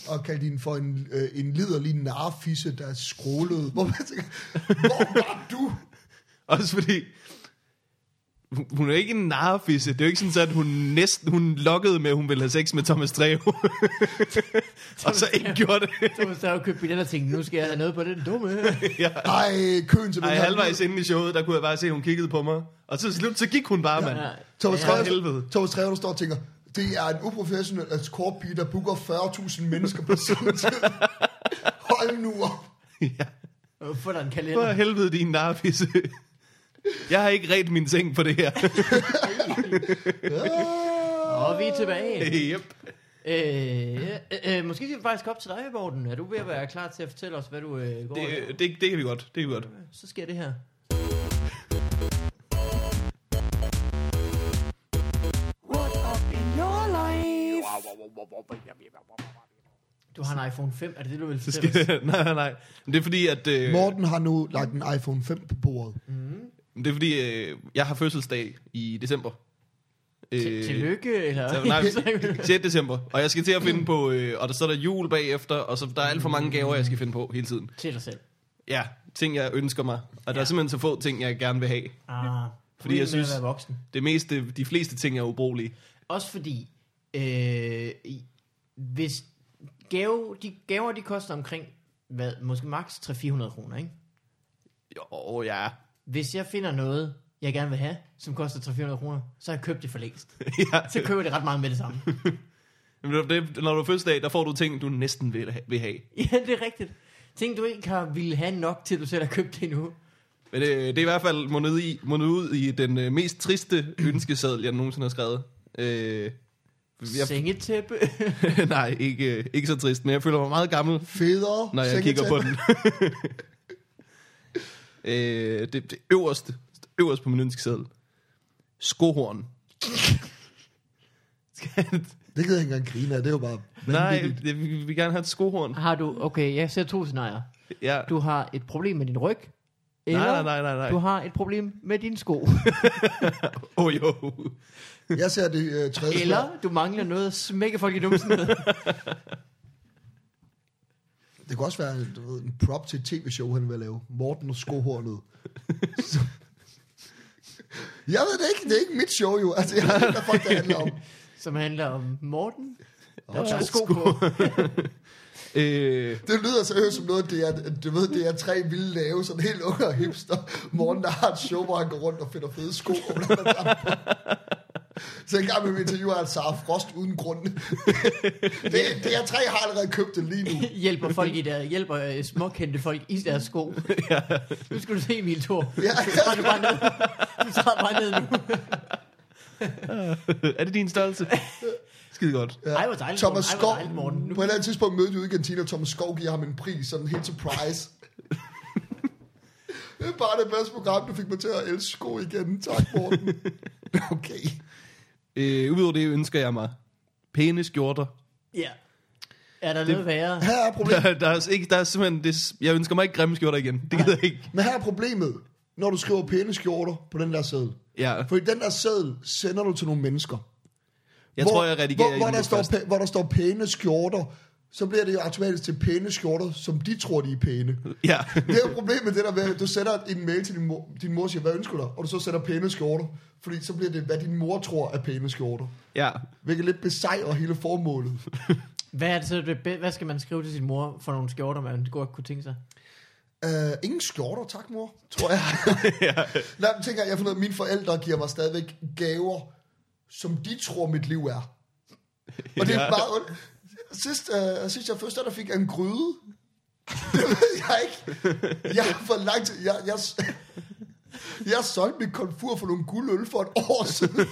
og kaldte hende for en, øh, en liderlig narfisse, der skrålede. Hvor man tænker, hvor var du?
Også fordi, Hun, hun er ikke en narfisse. Det er jo ikke sådan, at hun næsten hun lokkede med, at hun ville have sex med Thomas Dreve. og så ikke gjorde det.
Så havde jeg jo købt billetter og tænkte, nu skal jeg have noget på den dumme.
Ej, køen til den
Ej,
her.
halvvejs inde i showet, der kunne jeg bare se, at hun kiggede på mig. Og så til slut, så gik hun bare, mand.
Thomas
For
Trejo,
helvede.
Thomas Trejo, der står og tænker, det er en uprofessionel escortpige, der booker 40.000 mennesker på samme tid. Hold nu op.
Ja.
Og få dig en
For
kalender.
helvede, din narfisse. Jeg har ikke ret min seng på det her.
Og vi er tilbage.
yep.
Øh, ja, øh, øh, måske skal vi faktisk op til dig, Morten. Er du ved at være klar til at fortælle os, hvad du øh, går det...
det, det, det, kan vi godt. Det kan vi godt.
Så sker det her.
What up in your life?
Du har en iPhone 5, er det det, du vil
Det
fortælle os?
skal, nej, nej, nej. Men det er fordi, at... Øh,
Morten har nu lagt en iPhone 5 på bordet.
det er fordi, øh, jeg har fødselsdag i december. Øh,
Til- Tillykke, eller?
Så, nej, 6. december. Og jeg skal til at finde på... Øh, og der, så er der jul bagefter, og så der er alt for mange gaver, jeg skal finde på hele tiden.
til dig selv.
Ja, ting, jeg ønsker mig. Og der er simpelthen så få ting, jeg gerne vil have.
Ah,
Fordi jeg
problemet med at
synes-
være voksen.
Det meste, de fleste ting er ubrugelige.
Også fordi, øh, i- hvis gave, de gaver, de koster omkring, hvad, måske maks 300-400 kroner, ikke?
Jo, ja.
Hvis jeg finder noget, jeg gerne vil have, som koster 300-400 kroner, så har jeg købt det for længst.
ja.
Så køber jeg det ret meget med det samme.
Men det- det, når du er fødselsdag, der får du ting, du næsten vil, ha- vil have.
ja, det er rigtigt. Ting, du ikke har ville have nok til, du selv har købt det endnu.
Men øh, det er i hvert fald mundet, i, mundet ud i den øh, mest triste ønskeseddel, jeg nogensinde har skrevet. Øh,
Jeg... Sengetæppe.
jeg, nej, ikke, øh, ikke så trist, men jeg føler mig meget gammel,
Federe.
når jeg kigger på den. øh, det, det øverste, øverst på min ønskeseddel. Skohorn. Skal-
Det gider jeg ikke engang grine af, det er jo bare...
nej, det, vi vi vil gerne have et skohorn.
har du, okay, jeg ser to scenarier.
Ja.
Du har et problem med din ryg, eller
Nej, nej, nej, nej, nej.
du har et problem med dine sko.
Åh oh, jo.
Jeg ser det øh, tredje scenarie.
Eller du mangler noget at smække folk i numsen med.
Det kunne også være du ved, en prop til et tv-show, han vil lave. Morten og skohornet. Så- Jeg ved det ikke, det er ikke mit show jo. Altså, jeg ved ikke, hvad folk det handler om.
som handler om Morten. Der
Og
er
sko.
sko på.
Øh,
Det lyder seriøst som noget, det er, du ved, det er tre vilde lave, sådan helt unge og hipster. Morten, der har et show, hvor han går rundt og finder fede sko. Og blander dem på. så en gang med interviewer han Sara Frost uden grund. det, det er tre har allerede købt det lige nu.
hjælper folk i der, hjælper øh, småkendte folk i deres sko. Nu skal du se Emil Thor.
Ja.
Du træder det bare ned. Du træder bare ned nu.
er det din størrelse? Skide godt.
Ej, hvor dejligt,
Thomas
Morten. Ej, hvor
Skov,
dejligt, Morten. Nu-
på et eller andet tidspunkt mødte vi ude i kantinen, og Thomas Skov giver ham en pris, sådan helt surprise. det er bare det bedste program, du fik mig til at elske sko igen. Tak, Morten. okay.
Øh, Udover det ønsker jeg mig pæne skjorter.
Ja. Er der noget værre?
Her er problemet.
Der, der, er, ikke, der er simpelthen, det, jeg ønsker mig ikke grimme skjorter igen. Det gider jeg ikke.
Men her er problemet, når du skriver pæne skjorter på den der seddel.
Ja,
For i den der seddel sender du til nogle mennesker.
jeg
hvor,
tror, jeg redigerer
hvor, hvor,
i
der
det
står,
først.
pæ- hvor der står pæne skjorter, så bliver det jo automatisk til pæne skjorter, som de tror, de er pæne.
Ja,
Det er jo problemet med det der med, at du sender en mail til din mor, din mor siger, hvad ønsker du dig? Og du så sender pæne skjorter, fordi så bliver det, hvad din mor tror er pæne skjorter.
ja.
Hvilket lidt besejrer hele formålet.
Hvad, er det, så, det be- hvad skal man skrive til sin mor for nogle skjorter, man godt kunne tænke sig?
Uh, ingen skjorter, tak mor, tror jeg. Nej, men tænker jeg, jeg har fundet ud af, at mine forældre giver mig stadigvæk gaver, som de tror, mit liv er. Og det er
Ja.
meget ondt. Sidst, uh, sidst jeg første der fik jeg en gryde. Det ved jeg ikke. Jeg har for lang tid... Jeg, jeg, jeg solgte mit konfur for nogle guldøl for et år siden.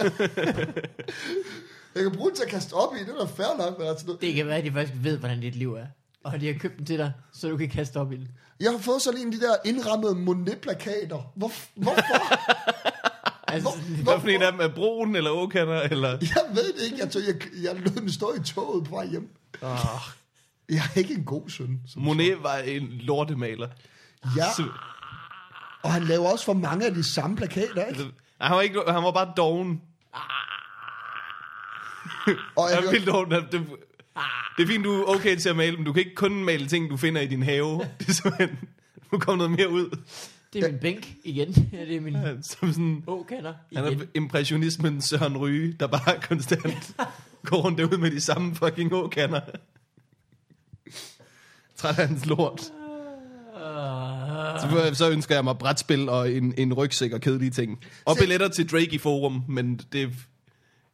Jeg kan bruge den til at kaste op i, det er da fair nok. Men altså,
Det kan være, at de faktisk ved, hvordan dit liv er. Og de har købt den til dig, så du kan kaste op i den.
jeg har fået sådan en af de der indrammede Monet-plakater. Hvor, hvorfor?
Altså,
Hvad for en af dem er broen eller åkander? Eller?
Jeg ved det ikke. Jeg, tog, jeg, jeg lod den stå i toget på vej hjem.
Oh,
Jeg er ikke en god søn. som-
Monet var en lortemaler.
Ja,
Så,
og han laver også for mange af de samme plakater, ikke?
han, var ikke, han var bare doven.
Og jeg,
Han var vildt doven. Han- Det, det er fint, du er okay til at male, men du kan ikke kun male ting, du finder i din have. Det er simpelthen, du kommer noget mere ud.
Det er min bænk igen. Ja, det er min
Som sådan,
åkander Oh, igen.
han er impressionismen Søren Ryge, der bare konstant går rundt derude med de samme fucking åkander. Træt af hans lort.
Ah.
Så, så ønsker jeg mig brætspil og en, en rygsæk og kedelige ting. Og
Se-
billetter til Drake i Forum, men det...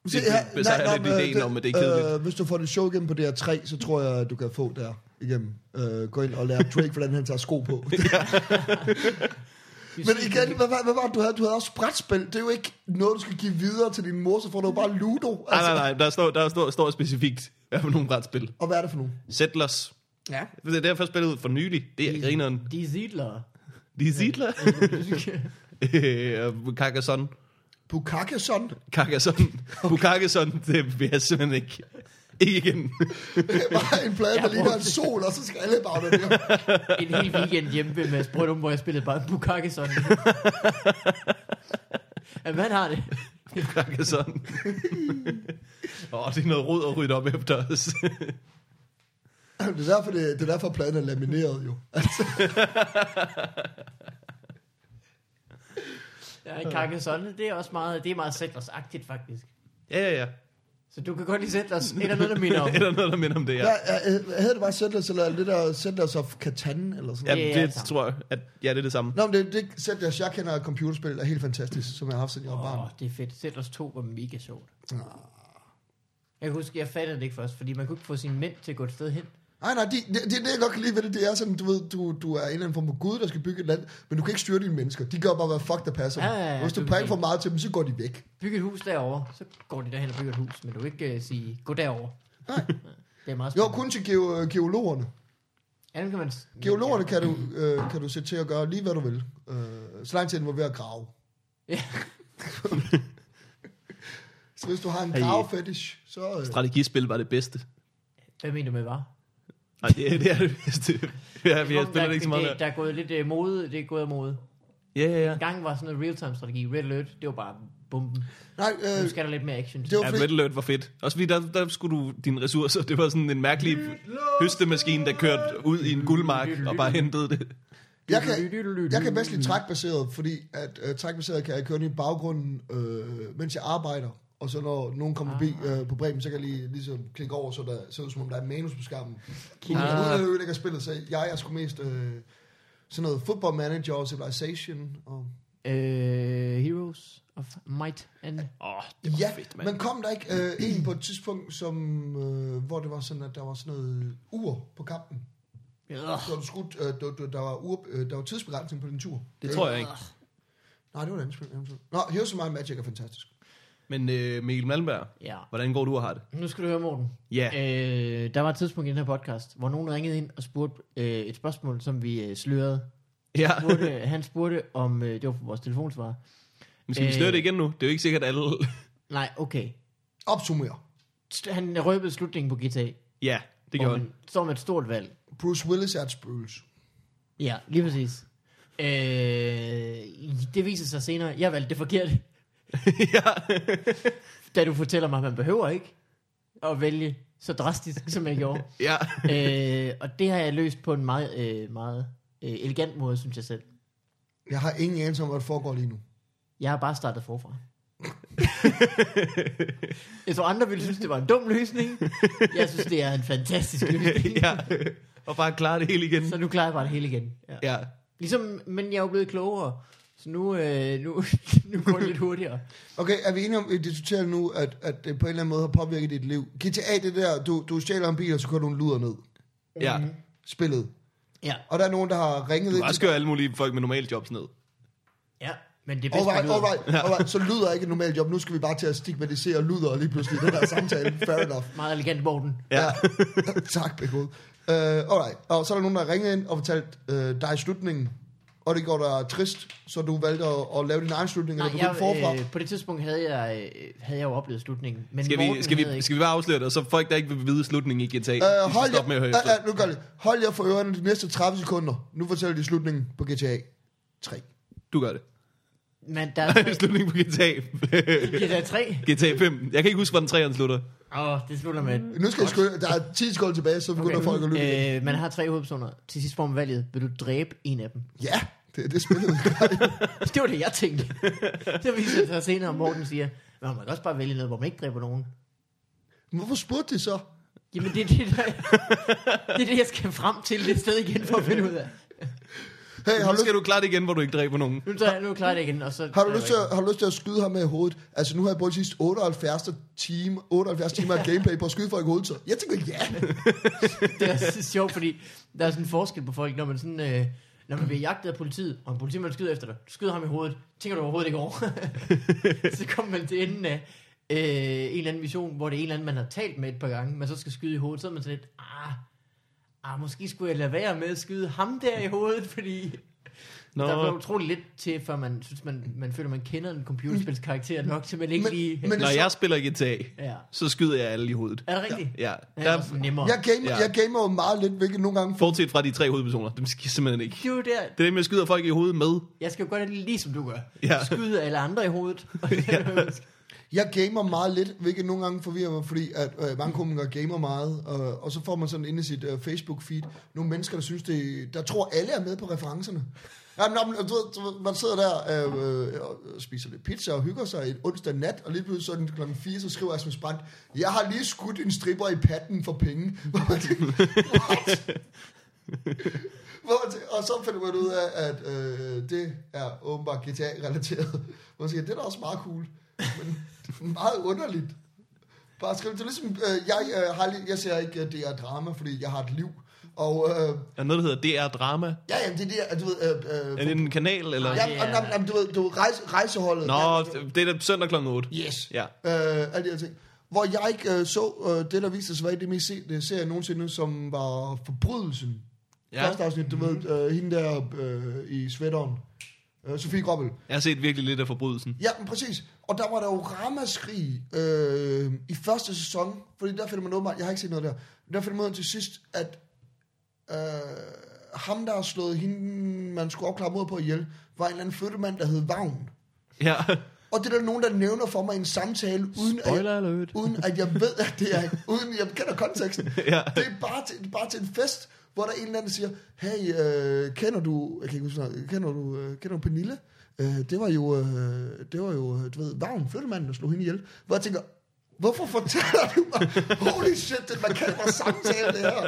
Det, det, det, så
nej,
er
nå,
lidt
men,
ideen
det-
om, at det er kedeligt.
Øh, hvis du får det show igennem på DR3, så tror jeg, du kan få der igennem. Øh, gå ind og lære Drake, hvordan han tager sko på. Men igen, hvad, var- hvad var det, du havde? Du havde også brætspil. Det er jo ikke noget, du skal give videre til din mor, så får du jo bare Ludo. Altså,
Nej, nej, nej, der står, der står, står specifikt, hvad for nogle brætspil.
Og hvad er det for nogen?
Settlers.
Ja.
Det er derfor spillet ud for nylig. Det er grineren.
De er zidlere.
De er Zidler. Øh, Carcassonne.
Bukakeson?
Carcassonne. Bukakesson, det vil jeg simpelthen ikke. Ikke igen.
Bare en plade, der
Jeg
ligner en
brugte-
sol, og så skal alle bare det der.
en hel weekend hjemme ved Mads Brøndum, hvor jeg spillede bare Bukake sådan. Jamen, han har det.
Carcassonne. Åh, oh, det er noget rod at rydde op efter os.
Det er derfor, det, det er derfor pladen er lamineret jo.
Ja, en kakke sådan. Det er også meget, det er meget sætlersagtigt, faktisk.
ja, ja, ja.
Så du kan godt lide sætlers. Eller noget, der minder om.
Eller noget, der minder om det, ja.
Hvad, er, er- hedder det bare Settlers, eller er det det der Settlers of Catan, eller sådan
Ja,
noget?
Det er
det
samme.
tror jeg, at ja, det er det samme.
Nå, men det, det Settlers, jeg kender af computerspil, er helt fantastisk, som jeg har haft siden jeg var
Åh,
barn.
oh, det er fedt. Settlers 2 var mega sjovt. Jeg kan huske, jeg fattede det ikke først, fordi man kunne ikke få sine mænd til at gå et sted hen.
Nej, nej, det, det, det, det jeg godt kan lide ved det, det er sådan, du ved, du, du er en eller anden form for gud, der skal bygge et land, men du kan ikke styre dine mennesker. De gør bare, hvad fuck der passer. dem.
Ja, ja, ja,
Hvis du
det-
præger for meget til dem, så går de væk.
Bygge et hus derovre, så går de derhen og bygger et hus, men du kan ikke uh, sige, gå derover.
Nej.
Det er meget
Jo,
spændende.
kun til geo, geologerne.
Ja, dem kan man...
Geologerne kan du, øh, kan du sætte til at gøre lige, hvad du vil. Øh, så lang tid involverer grave.
Ja.
så hvis du har en
Hey.
gravfetish, så... Øh,
Strategispil var det bedste.
Hvad mener du med, var?
Nej, det, er- det er det bedste. ja, vi har
der,
spillet ikke så meget.
det, der er gået lidt øh, mode, det er gået af mode.
Ja, ja, ja.
En gang var sådan noget real-time strategi, red alert, det var bare bomben.
nej,
Nu
øh,
skal der lidt mere action.
det var
Ja,
fordi,
Red Alert var fedt. Også fordi der, der skulle du dine ressourcer. Det var sådan en mærkelig høstemaskine, der kørte ud i en guldmark og bare hentede det.
jeg kan, jeg kan bedst lide trækbaseret, fordi at, øh, trækbaseret kan jeg køre ned i baggrunden, øh, mens jeg arbejder. Og så når nogen kommer forbi øh, på bremen, så kan jeg lige ligesom klikke over, så der ser ud som om der er et manus på skærmen. Uden at ødelægge spillet, så jeg er sgu mest øh, sådan noget football manager og civilization og
Øh, Heroes of Might and...
Åh, oh, det var
Ja,
ja, fedt, mand.
men kom der ikke øh, en på et tidspunkt, som, øh, hvor det var sådan, at der var sådan noget ur på kampen?
Ugh.
Så du skudt, øh, du, du, der, var ur, øh, der var tidsbegrænsning på din tur.
Det tror jeg ikke.
Nej, det var et andet spil. eventuelt. Nå, Heroes of Might Magic er fantastisk.
Men øh, Mikkel Malmberg,
Ja.
hvordan går du og har det?
Nu skal du høre, Morten.
Ja.
Øh, der var et tidspunkt i den her podcast, hvor nogen ringede ind og spurgte øh, et spørgsmål, som vi øh, slørede.
Ja,
Spurgte, han spurgte om... Øh, det var på vores telefonsvar.
men skal vi sløre det igen nu? Det er jo ikke sikkert at alle...
Nej, okay.
Opsummer.
St- Han røbede slutningen på GTA.
ja,
hvor
det gjorde han.
man står med et stort valg.
Bruce Willis er et spøgelse.
Ja, lige præcis. Øh, det viser sig senere. Jeg valgte det forkert,
ja.
da du fortæller mig, at man behøver ikke at vælge så drastisk, som jeg gjorde.
ja.
øh, og det har jeg løst på en meget, øh, meget øh, elegant måde, synes jeg selv.
Jeg har ingen anelse om, hvad der foregår lige nu.
Jeg har bare startet forfra. jeg tror, andre ville synes, det var en dum løsning. Jeg synes, det er en fantastisk løsning.
ja. Og bare klare det hele igen.
Så nu klarer jeg bare det hele igen. Ja.
Ja.
Ligesom, men jeg er jo blevet klogere, så nu, øh, nu, nu går det lidt hurtigere.
Okay, er vi enige om, at vi diskuterer nu, at, at det på en eller anden måde har påvirket dit liv? GTA, det der, du, du stjæler en bil, og så kører du en luder ned.
Ja.
Spillet.
Ja,
Og der er nogen, der har ringet
Du også gør alle mulige folk med normale jobs ned.
ja. Men det er bedst,
Alright,
man lyder.
alright, alright. Så lyder ikke et normalt job. Nu skal vi bare til at stigmatisere lyder lige pludselig i den her samtale. Fair enough.
Meget elegant, Morten.
Ja.
tak, Bekod. Uh, alright. Og så er der nogen, der ringede ind og fortalte uh, dig slutningen. Og det går der trist, så du valgte at, at lave din egen slutning,
Nej,
eller du
jeg,
gik forfra.
øh, på det tidspunkt havde jeg, øh, havde jeg jo oplevet slutningen. Men
Skal
Morten
vi, skal,
havde
vi,
ikke.
skal vi bare afsløre det, og så folk, der ikke vil vide slutningen i GTA,
Øh,
de skal
hold jer,
stoppe med at høre
Ja,
efter.
ja, nu gør det. Hold jer for ørerne de næste 30 sekunder. Nu fortæller de slutningen på GTA 3.
Du gør det.
Men der er,
Nej, slutningen på GTA.
der er tre.
GTA 5. Jeg kan ikke huske, hvordan 3'eren slutter.
Åh, oh, det slutter med...
Nu skal jeg skynde, der er 10 sekunder tilbage, så begynder okay. folk at lytte.
øh, man har tre hovedpersoner. Til sidst får man valget. Vil du dræbe en af dem?
Ja, Det er det spillet.
Det var det, jeg tænkte. Det viser det sig senere, at Morten siger, "Nå, man kan også bare vælge noget, hvor man ikke dræber nogen.
Hvorfor spurgte de så?
Jamen, det er det, der, det, er det jeg skal frem til det sted igen for at finde ud af.
Hey, har
Nu
du, lyst,
skal du klare det igen, hvor du ikke dræber nogen.
Nu, tager jeg, nu klarer jeg det igen, og så...
har, du lyst til, at- har du lyst til at skyde ham med i hovedet? Altså, nu har jeg brugt de sidste 78 time, 78 timer af gameplay på at skyde folk i hovedet, så jeg tænker, ja.
Det er også sjovt, fordi der er sådan en forskel på folk, når man sådan... Øh, når man bliver jagtet af politiet, og en politimand skyder efter dig, du skyder ham i hovedet, tænker du overhovedet ikke over. så kommer man til enden af øh, en eller anden mission, hvor det er en eller anden, man har talt med et par gange, man så skal skyde i hovedet, så er man sådan lidt, ah, ah, måske skulle jeg lade være med at skyde ham der i hovedet, fordi
Nå,
der var utrolig lidt til, før man synes, man, man føler, man kender en computerspils karakter nok, til man ikke
Men-
lige...
men-
når jeg spiller GTA,
ja.
så skyder jeg alle i hovedet.
Er det rigtigt? Ja,
Ja,
det
der,
er også nemmere.
Jeg gamer,
Ja.
jeg gamer jo meget lidt, hvilket nogle gange...
fortset fra de tre hovedpersoner, dem skal jeg simpelthen ikke.
Det er jo der,
Det er dem, jeg skyder folk i hovedet med.
Jeg skal jo gøre det lige som du gør.
Ja.
Ja. Skyde alle andre i hovedet.
Jeg gamer meget lidt, hvilket nogle gange forvirrer mig, fordi at øh, mange komikere gamer meget, øh, og så får man sådan inde i sit øh, Facebook-feed nogle mennesker, der synes, det, der tror, alle er med på referencerne. Ja, men, men, du, ved- du, ved, man sidder der øh, øh, og spiser lidt pizza og hygger sig en onsdag nat, og lige pludselig sådan klokken 4, så skriver Asmus Brandt, jeg har lige skudt en stripper i patten for penge. Hvor man tænker, "What?" Hvor man tænker- og så finder man ud af, at øh, det er åbenbart GTA-relateret. Hvor man siger, det er da også meget cool. Men meget underligt. Bare skrive, det er ligesom, øh, jeg, øh, har, lige- jeg ser ikke, at det er drama, fordi jeg har et liv. Og øh,
Der er noget, der hedder DR Drama.
ja, jamen, det er det, at du ved... Øh, øh,
Er det en kanal, eller?
ja, jamen, jamen, jamen, du ved, du ved rejse, rejseholdet.
Nå,
ja,
det er da søndag kl. 8.
yes.
Ja.
Øh, alle de her ting. Hvor jeg ikke øh, så øh, det, der viste sig at være det mest sete serie nogensinde, som var Forbrydelsen. Ja.
Ja.
Første afsnit, du ved, øh, hende der øh, i sweateren. Øh, Sofie Groppel.
Jeg har set virkelig lidt af forbrydelsen.
Ja, men præcis. Og der var der jo ramaskrig øh, i første sæson, fordi der finder man åbenbart, jeg har ikke set noget der, men der finder man ud af til sidst, at øh, ham, der har slået hende, man skulle opklare mod på ihjel, var en eller anden flyttemand, der hed Vagn.
Ja.
Og det er der nogen, der nævner for mig i en samtale, uden at, jeg,
alert.
uden at jeg ved, at det er, uden jeg kender konteksten.
Ja.
Det er bare til, bare til en fest, hvor der er en eller anden, der siger, hey, øh, kender du, jeg kan ikke huske, hvad hun hedder, kender du, øh, kender du Pernille? Øh, det var jo, øh, det var jo, øh, du ved, Vagn, flyttemanden, der slog hende ihjel. Hvor jeg tænker, hvorfor fortæller du mig, holy shit, det man kalder mig samtale, det her.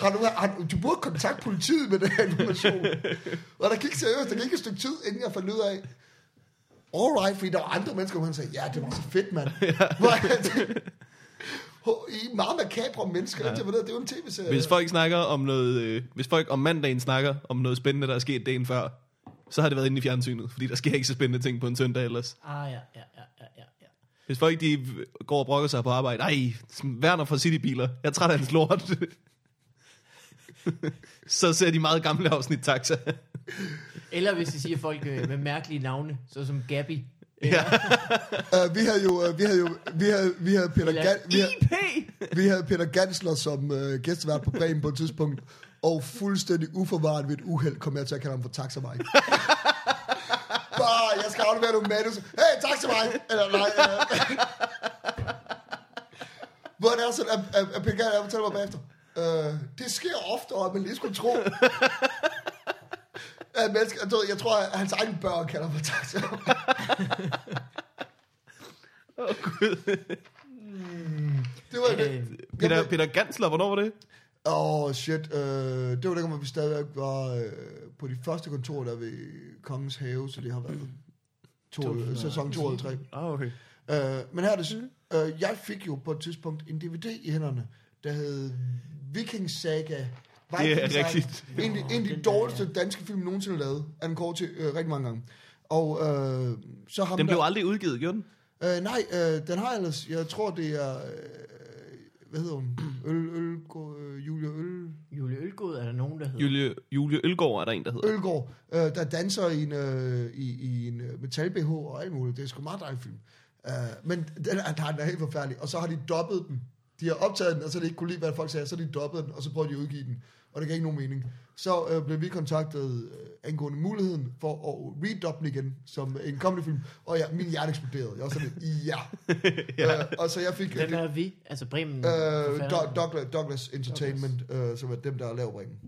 Har du, har, du- du burde kontakte politiet med den her information. Og der gik seriøst, der gik et stykke tid, inden jeg fandt ud af, alright, fordi der var andre mennesker, hvor han sagde, ja, det var så fedt, mand. Hvor jeg tænkte, "Hov, I er meget makabre mennesker, ja. det, det er jo en tv-serie.
Hvis folk snakker om noget, øh, hvis folk om mandagen snakker om noget spændende, der er sket dagen før, så har det været inde i fjernsynet, fordi der sker ikke så spændende ting på en søndag ellers.
ah, ja, ja, ja, ja, ja, ja.
Hvis folk de går og brokker sig på arbejde, ej, Werner fra Citybiler, jeg er træt af hans lort. så ser de meget gamle afsnit taxa.
Eller hvis de siger folk øh, med mærkelige navne, såsom Gabby.
Uh, vi havde jo, uh, vi havde jo, vi havde, vi havde Peter,
Eller E!
Gan, vi, havde,
IP!
vi havde Peter Gansler som uh, gæstevært på Bremen på et tidspunkt, og fuldstændig uforvaret ved et uheld kom jeg til at kalde ham for Taxa Mike. Bare, jeg skal aflevere nogle manus. Hey, Taxa Mike! Eller nej, uh, Hvor det er sådan, at, at, at Peter Gansler fortæller mig bagefter, uh, det sker oftere, end man lige skulle tro. At mennesker, du ved, jeg tror, at hans egen børn kalder mig Taxa Mike.
Åh, Gud.
Det var det.
Øh,
Peter, Peter Gansler, hvornår var det?
Åh, oh, shit. Øh, det var dengang, hvor vi stadigvæk var øh, på de første kontor der ved Kongens Have, så det har
Mm.
været to, sæson 2 eller 3.
Ah, okay.
Øh, men her er det sådan,
Mm.
øh, jeg fik jo på et tidspunkt en DVD i hænderne, der hed Viking Saga.
Det er
Viking Saga.
rigtigt.
En, af de- en af de
den der,
dårligste danske film nogensinde lavet, er den kort til øh, rigtig mange gange. Og øh, så ham
Den
der,
blev aldrig udgivet, gjorde den?
Øh, nej, øh, den har ellers, jeg tror det er, øh, hvad hedder hun? Øl, øl, øh, Julia Øl,
Julie Ølgod er der nogen, der hedder.
Julie, Julie Ølgaard er der en, der hedder.
Ølgaard, øh, der danser i en, øh, i, i en øh, metal-BH og alt muligt. Det er sgu meget dejlig film. Øh, men den er, nej, den er helt forfærdelig. Og så har de dobbet den. De har optaget den, og så har de ikke kunne lide, hvad folk sagde. Så har de dobbet den, og så prøver de at udgive den. Og det gav ikke nogen mening. Så øh, blev vi kontaktet øh, angående muligheden for at redubbe den igen som en kommende film. Og ja, min hjerte eksploderede. Jeg var sådan, lidt, ja. ja. Øh, og så jeg fik...
Hvem er vi? Altså Bremen.
Øh,
forfatteren.
Do- Douglas, Douglas Entertainment, Douglas. Øh, som er dem, der laver ringen.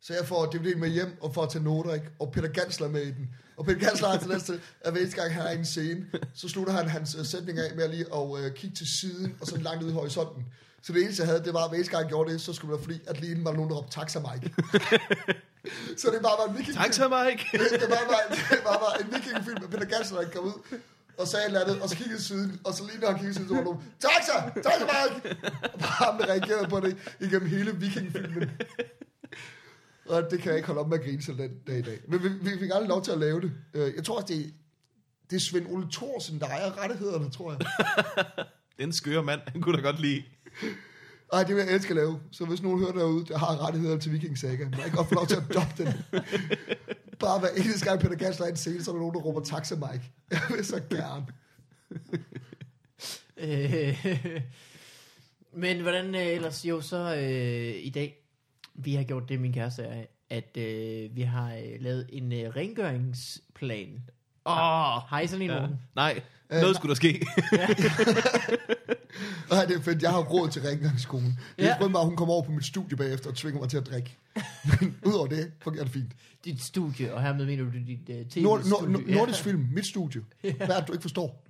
Så jeg får DVD'en med hjem og får at tage noter, ikke? Og Peter Gansler er med i den. Og Peter Gansler har til næste, at hver eneste gang han er i en scene, så slutter han hans øh, sætning af med at lige at øh, kigge til siden og sådan langt ud i horisonten. Så det eneste jeg havde, det var, at hver eneste gang jeg gjorde det, så skulle det være fordi, at lige inden var der nogen, der råbte taxa Mike. så det var bare en viking.
Tak så, Mike.
Det var bare, det var bare en vikingfilm med Peter Gansler, der kom ud og sagde et eller andet, og så kiggede siden, og så lige når han kiggede siden, så var der nogen, taxa, taxa Mike! Og bare ham, der reagerede på det igennem hele vikingfilmen. Og det kan jeg ikke holde op med at grine til den dag i dag. Men vi, vi fik aldrig lov til at lave det. Øh, Jeg tror også, det, det er Svend Ole Thorsen, der ejer rettighederne, tror jeg.
Den skøre mand, han kunne da godt lide.
Ej, det vil jeg elske at lave. Så hvis nogen hører derude, der har rettigheder til Viking Saga, må jeg ikke godt få lov til at droppe den. Bare hver eneste gang Peter Gassler er i en scene, så er der nogen, der råber taxa Mike. Jeg vil så gerne.
Øh, Men hvordan øh, ellers? Jo, så øh, i dag, vi har gjort det, min kæreste er, at øh, vi har øh, lavet en øh, rengøringsplan. Åh,
Ah.
oh, hej sådan en
Ja.
morgen.
Øh, Nej, noget skulle der ske.
Nej, det er fedt. Jeg har råd til rengøringsskolen. Det
Ja.
er ja. bare, at hun kommer over på mit studie bagefter og tvinger mig til at drikke. Men udover det, fungerer det fint.
Dit studie, og hermed mener du dit øh, tv-studie.
Nord, nord, nord,
Ja.
nordisk film, mit studie. Hvad er det, du ikke forstår?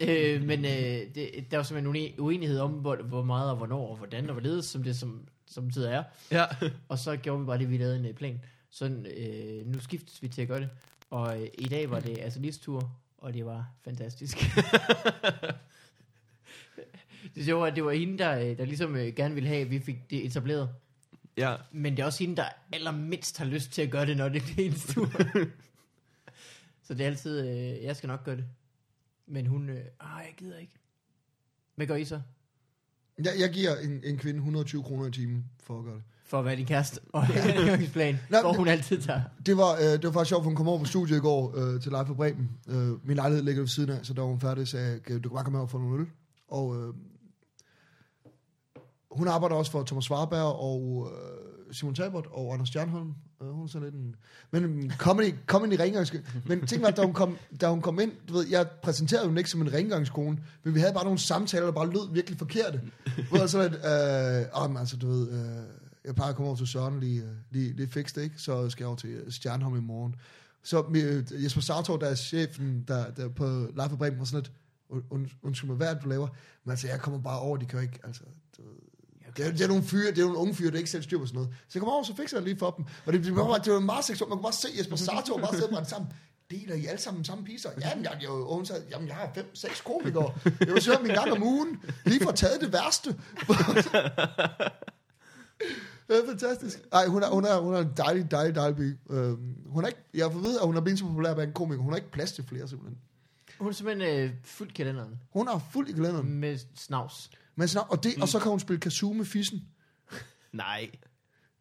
Øh, men øh, det, der er jo simpelthen en uenighed om, hvor, hvor meget og hvornår og hvordan og hvorledes, som det som, som tid er.
ja.
Og så gjorde vi bare det, vi lavede en øh, plan. Så øh, nu skiftes vi til at gøre det. Og øh, i dag var det altså Lis tur, og det var fantastisk. det sjove er, at det var hende, der, øh, der ligesom øh, gerne ville have, at vi fik det etableret.
ja.
Men det er også hende, der allermindst har lyst til at gøre det, når det er hendes tur. så det er altid, øh, jeg skal nok gøre det. Men hun, øh, ah, jeg gider ikke. Hvad gør I så?
Jeg, jeg giver en, en kvinde 120 kroner i timen for at gøre det.
For at være din kæreste og rengøringsplan,
Nå,
hvor
men-
hun altid tager.
Det var, øh, det var faktisk sjovt, for hun kom over på studiet i går øh, til Live for Bremen. Øh, min lejlighed ligger ved siden af, så da hun var færdig, sagde jeg, du kan bare komme her og få nogle øl. Og øh, hun arbejder også for Thomas Warberg og øh, Simon Talbot og Anders Stjernholm. Øh, hun er sådan lidt en... Men mm, comedy, comedy rengøringskone. Men tænk mig, da hun, kom, da hun kom ind, du ved, jeg præsenterede hende ikke som en rengøringskone, men vi havde bare nogle samtaler, der bare lød virkelig forkerte. Hvor sådan lidt, øh, åh, men altså, du ved, øh, jeg plejer at komme over til Søren og lige, øh, lige, lige fikse det, ikke? Så skal jeg over til øh, Stjernholm i morgen. Så øh, Jesper Sartor, der er chefen der, der på Live for Bremen, var sådan lidt, und, und, undskyld mig, hvad er det, du laver? Men altså, jeg kommer bare over, de kan jo ikke, altså, du ved, det er, det er nogle fyre, det er nogle unge fyre, der ikke selv styr på sådan noget. Så jeg kommer over, så fikser jeg det lige for dem. Og det, det, var, bare- det var meget seksuelt. Man kunne bare se Jesper Sato og bare sidde og sammen. Deler I alle sammen samme piser? Jamen, jeg, jeg, og hun sagde, jamen, jeg har fem, seks komikere. Jeg vil søge min gang om ugen. Lige for taget det værste. det er fantastisk. Ej, hun er, hun er, hun er en dejlig, dejlig, dejlig by. Øhm, hun er ikke, jeg får ved, at hun er blevet så populær blandt komikere. Hun har ikke plads til flere, simpelthen.
Hun har simpelthen øh, fyldt kalenderen
Hun er fuld i kalenderen.
med snavs.
Men snart, og, det, og så kan hun spille kazoo med fissen.
Nej.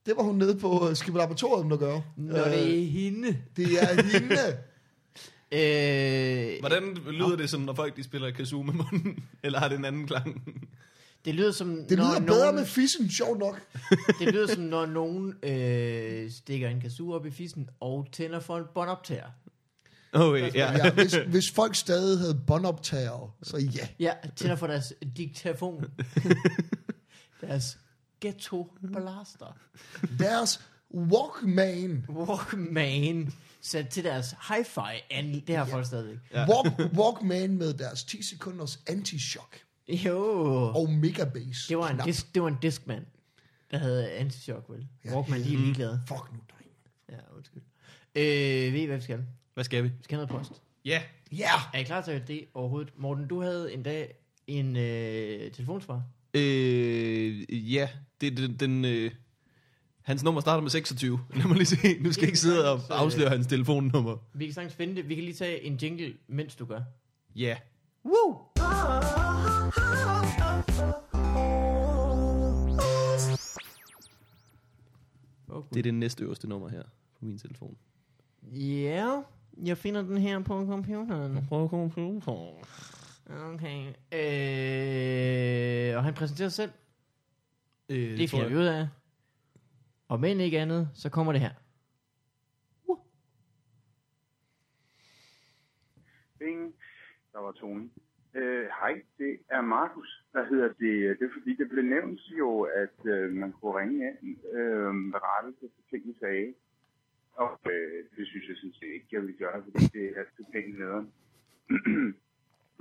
Det var hun nede på øh, Skibbe Laboratorium, der gør.
Når øh. det er hende.
Det er hende.
Øh,
Hvordan lyder det, som når folk de spiller kazoo med munden? Eller har det en anden klang?
Det lyder som,
Det
når
lyder
nogen,
bedre med fissen, sjovt nok.
det lyder som, når nogen øh, stikker en kasu op i fissen og tænder for en båndoptager.
Okay, øh, Altså, ja.
Ja, hvis, hvis folk stadig havde båndoptager, så ja.
Ja, tænder for deres diktafon. deres ghetto blaster.
Deres Walkman.
Walkman. Sat til deres hi-fi. an- Det har folk stadigvæk.
Walk, Walkman med deres 10 sekunders anti-shock
Jo.
og megabass.
Det var en,
knap.
disk, det var en diskman, der havde anti-shock, vel?
Ja.
Walkman, de er ligeglade.
Fuck nu, dreng.
Ja, undskyld. Øh, ved I, hvad vi skal?
Hvad skal vi?
Vi skal have noget post.
Ja.
Ja! Yeah.
Er I klar til at det overhovedet? Morten, du havde en dag en øh, telefonsvar.
Øh, ja, det er den... den øh, hans nummer starter med 26. Lad mig lige se. Nu skal jeg ikke sidde og afsløre hans telefonnummer.
Vi kan sagtens finde det. Vi kan lige tage en jingle, mens du gør.
Ja.
Woo!
Ah,
Det
Okay.
er det næste øverste nummer her på min telefon.
Ja, jeg finder den her på computeren.
Prøv at komme på.
Okay. Øh, og han præsenterer sig selv.
Øh,
Det
tror
finder
jeg.
vi ud af. Og men ikke andet, så kommer det her.
Bing. Der var tonen. Øh, hej, det er Markus. Hvad hedder det? Det er fordi, det blev nævnt jo, at øh, man kunne ringe ind øh, med rettelse for ting, I sagde. Og øh, det synes jeg sådan set ikke, jeg vil gøre, fordi det er altid pænt nederen.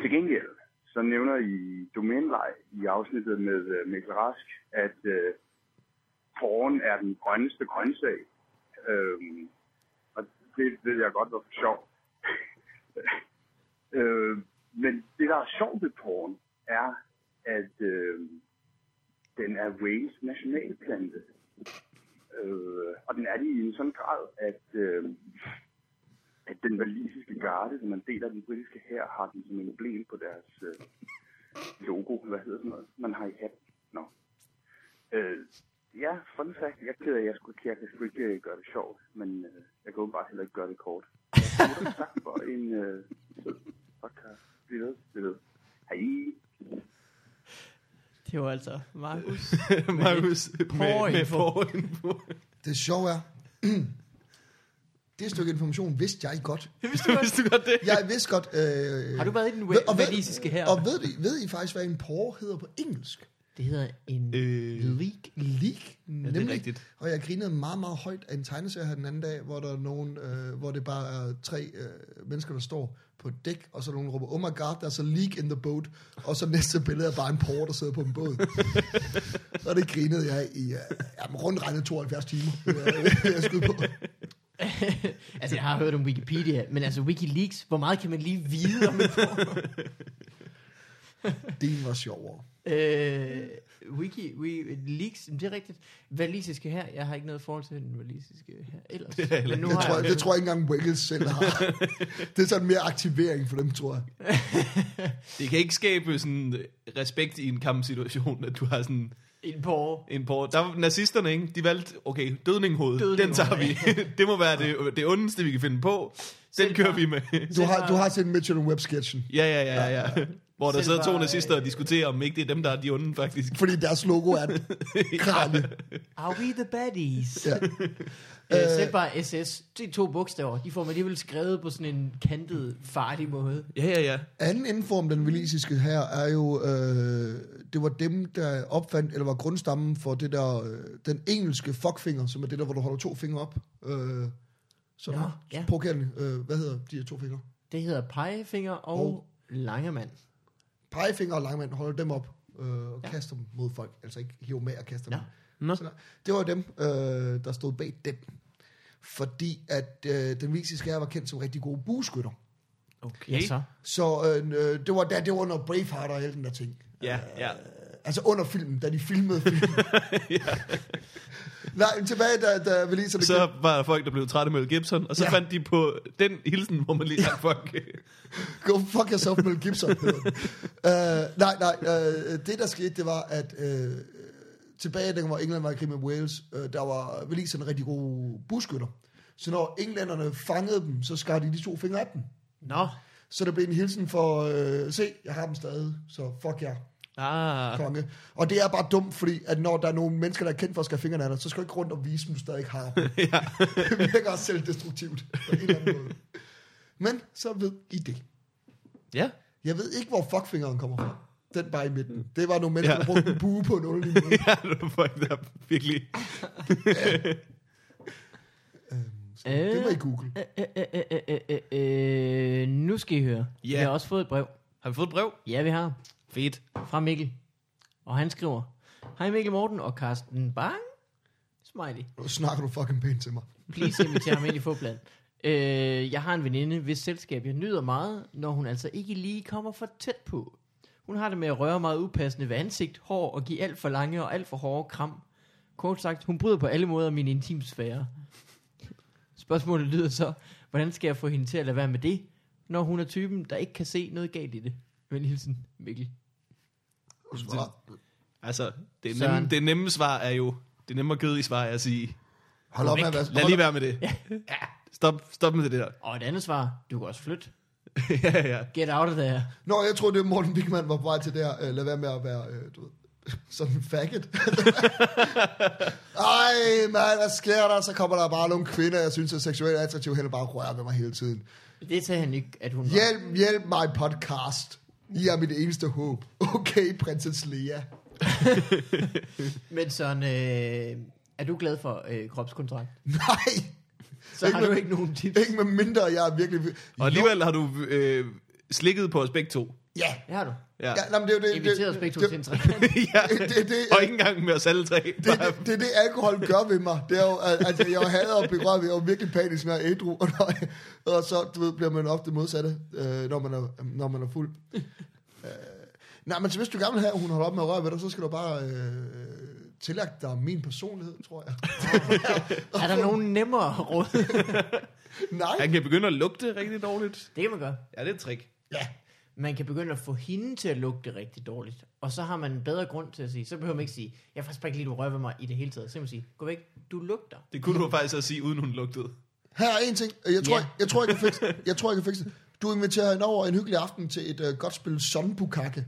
Til gengæld, så nævner I domænelej i afsnittet med øh, Mikkel Rask, at øh, foråren er den grønneste grøntsag. Øh, og det ved jeg godt var for sjovt. Øh, men det, der er sjovt ved porn, er, at øh, den er Wales nationalplante. Øh, og den er det i en sådan grad, at, øh, at den valisiske garde, som man deler den britiske her, har den som emblem på deres øh, logo. Hvad hedder sådan noget? Man har i hatten. Nå. Øh, ja, fun fact. Jeg er ked af, at jeg, skulle, jeg kan sgu ikke øh, gøre det sjovt, men øh, jeg kan bare heller ikke gøre det kort. Tusind tak for en øh, sød podcast. Vi ved, vi ved. Hej.
Det var altså Markus.
Markus med, med
porrinfo.
forinfo.
Det sjove er, det stykke information vidste jeg godt.
Vidste du godt det?
Jeg vidste godt... Øh,
Har du været i den
ved- og ved-
valisiske her?
Og ved, I- ved I faktisk, hvad en porre hedder på engelsk?
Det hedder en
Øh,
leak.
Leak,
ja,
nemlig.
det er rigtigt.
Og jeg grinede meget, meget højt af en tegneserie her den anden dag, hvor der er nogen, øh, hvor det bare er tre øh, mennesker, der står på et dæk, og så er nogen, der råber, oh my god, der er så leak in the boat, og så næste billede er bare en porre, der sidder på en båd. og det grinede jeg i øh, jamen, rundt regnet 72 timer, øh, jeg skulle på.
altså, jeg har hørt om Wikipedia, men altså Wikileaks, hvor meget kan man lige vide om en
Det var sjovere.
Øh, Wiki, we, leaks, men det er rigtigt. Valisiske her, jeg har ikke noget forhold til den valisiske her ellers.
Det er heller
Men nu
Det
har
tror, jeg,
jeg-
det tror jeg ikke engang Wiggles selv har. det er sådan mere aktivering for dem, tror jeg.
Det kan ikke skabe sådan øh, respekt i en kampsituation, at du har sådan
En porre.
en på. Der var nazisterne, ikke? De valgte, okay, dødninghoved,
Dødninghoved,
den tager vi. det må være det, det ondeste, vi kan finde på. Den
Selv
kører
bare-
vi med.
Du har, du har set Mitchell Web-sketchen,
ja, ja, ja, ja, ja. Hvor der
Selv
sidder to
bare-
nazister og diskuterer, om ikke det er dem, der er de onde, faktisk.
fordi deres logo er et kranje.
Are we the baddies?
Ja.
Øh, selv bare SS, det er to bogstaver. De får man alligevel skrevet på sådan en kantet, farlig måde.
Ja, ja, ja.
Anden info om den velisiske her er jo, øh, det var dem, der opfandt, eller var grundstammen for det der, øh, den engelske fuckfinger, som er det der, hvor du holder to fingre op. Øh, sådan
Nå,
her.
ja.
Provokerende. Øh, hvad hedder de her to fingre?
Det hedder pegefinger og
Og-
langemand.
pegefinger og langmand holder dem op øh, og ja. kaster dem mod folk. Altså ikke hive med og kaster ja. dem.
Nå.
Sådan der. det var jo dem, øh, der stod bag den. Fordi at øh, den visiske her var kendt som rigtig gode bueskytter.
Okay.
Ja, så.
Så øh, øh, det var da det var under Braveheart og alle den der ting.
Ja, ja.
Øh,
Altså under filmen, da de filmede filmen. Nej, tilbage, da, da vi lige så det
Så var der folk, der blev trætte med Mel Gibson, og så
Ja.
ja. fandt de på den hilsen, hvor man lige sagde, fuck.
Go fuck yourself, Mel Gibson. hedder den. øh, nej, nej. Øh, det, der skete, det var, at øh, tilbage, dengang hvor England var i krig med Wales, øh, der var Waliserne rigtig gode buskytter. Så når englænderne fangede dem, så skar de de to fingre af dem.
Nå.
Så der blev en hilsen for, øh, se, jeg har dem stadig, så fuck jer,
Ah,
konge. Og det er bare dumt, fordi at når der er nogle mennesker, der er kendt for at skære fingrene af dig, så skal du ikke rundt og vise, at du stadig har dem. det virker også selvdestruktivt på en eller anden måde. Men så ved I det.
ja.
Jeg ved ikke, hvor fuckfingeren kommer fra. Den bare i midten. Det var nogle mennesker,
Ja.
der brugte en bue på en underlig måde.
Ja, det var folk, der virkelig...
Øhm, Så det var i Google.
Øh, øh, øh, øh, øh, øh, øh, nu skal I høre.
Ja.
Vi har også fået et brev.
Har vi fået et brev?
Ja, vi har.
Fedt.
Fra Mikkel. Og han skriver, Hej Mikkel Morten og Carsten Bang. Smiley.
Nu snakker du fucking pænt til mig.
Please inviter ham ind i Fubland. Øh, jeg har en veninde, hvis selskab jeg nyder meget, når hun altså ikke lige kommer for tæt på. Hun har det med at røre meget upassende ved ansigt, hår og give alt for lange og alt for hårde kram. Kort sagt, hun bryder på alle måder min intimsfære. Spørgsmålet lyder så, hvordan skal jeg få hende til at lade være med det, når hun er typen, der ikke kan se noget galt i det? Men hilsen, Mikkel.
Svar.
Altså, det,
Søren.
nemme, det nemme svar er jo... Det nemme og kedelige svar er at sige,
Hold op med at være...
lad lige være med det. Stop, stop med det der.
Og et andet svar, du kan også flytte.
ja, ja.
Get out of there.
Nå, jeg tror det Morten Wigman var på vej til der. Øh, lad være med at være, øh, du ved, sådan en faggot. Ej, mand, hvad sker der? Så kommer der bare nogle kvinder, jeg synes er seksuelt attraktive, hen og bare rører ved mig hele tiden.
Det sagde han ikke, at hun var.
Hjælp, hjælp mig podcast. I er mit eneste håb. Okay, prinsesse Lea.
Men sådan, øh, er du glad for øh, kropskontrakt?
Nej,
Så
Ikke
har du
med-
ikke nogen tips.
ikke med mindre jeg er virkelig...
Og alligevel har du øh, slikket på os begge to.
Ja,
Det har du.
Ja.
ja nej, men det er jo det...
Inviteret os
det,
begge to
det-
til en trekant.
ja.
det- det-
og ikke engang med os alle tre.
det, det, det er det, alkohol gør ved mig. Det er jo, at at jeg hader at blive rørt ved. Jeg er jo virkelig panisk, når jeg er ædru. Og, når jeg, og så du ved, bliver man ofte modsatte, øh, når, man er, når man er fuld. øh, nej, men så hvis du gerne vil have, at hun holder op med at røre ved dig, så skal du bare øh, tillægge dig min personlighed, tror jeg.
er der nogen nemmere råd?
nej.
Han kan begynde at lugte rigtig dårligt.
det kan man gøre.
Ja, det er et trick.
Ja.
Man kan begynde at få hende til at lugte rigtig dårligt. Og så har man en bedre grund til at sige, så behøver man ikke sige, jeg er faktisk bare ikke lige, du rører ved mig i det hele taget. Så kan man sige, gå væk, du lugter.
Det kunne du faktisk også sige, uden hun lugtede.
Her er en ting. Jeg tror,
Ja.
yeah. jeg, tror, jeg kan fikse det. Jeg tror, jeg kan fikse det. Du inviterer hende over en hyggelig aften til et øh, godt spil Sonbukake.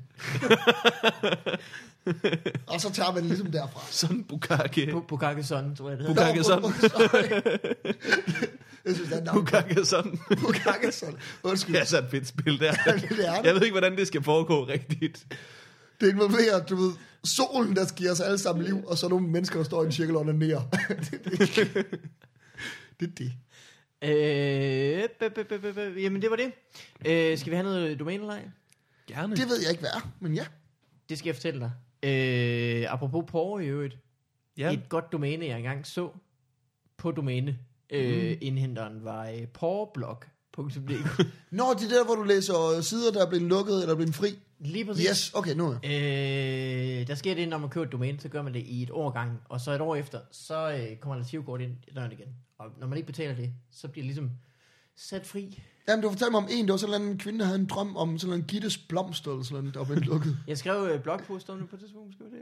og så tager man ligesom derfra.
Sådan bukake.
På, på kakkesonnen, tror jeg det hedder.
Bukake sådan.
Jeg synes, det er navnet.
Bukake sådan.
Bukake sådan. Undskyld.
Det er altså et fedt spil der.
det er det.
Jeg ved ikke, hvordan det skal foregå rigtigt.
Det involverer, du ved, solen, der giver os alle sammen liv, og så nogle mennesker, der står i en cirkel under nær. det er det.
Øh, b- b- b- b- b- jamen det var det. Øh, skal vi have noget domænelej?
Gerne.
Det ved jeg ikke, hvad er, men ja.
Det skal jeg fortælle dig. Øh, apropos porre i øvrigt. Ja.
Ja.
Et godt domæne, jeg engang så på domæne. Øh, mm. Indhenteren var øh, porreblog.dk.
Nå, det er der, hvor du læser øh, sider, der er blevet lukket eller blevet fri.
Lige præcis.
Yes, okay, nu er jeg.
Øh, der sker det, når man køber et domæne, så gør man det i et år gang, og så et år efter, så øh, kommer der et tivkort ind i døren igen. Og når man ikke betaler det, så bliver det ligesom sat fri.
Jamen, du fortalte mig om en, der var sådan en eller anden kvinde, der havde en drøm om sådan en Gittes blomst eller sådan noget, der var blevet lukket.
Jeg skrev øh, blogpost om det på et tidspunkt, måske var det.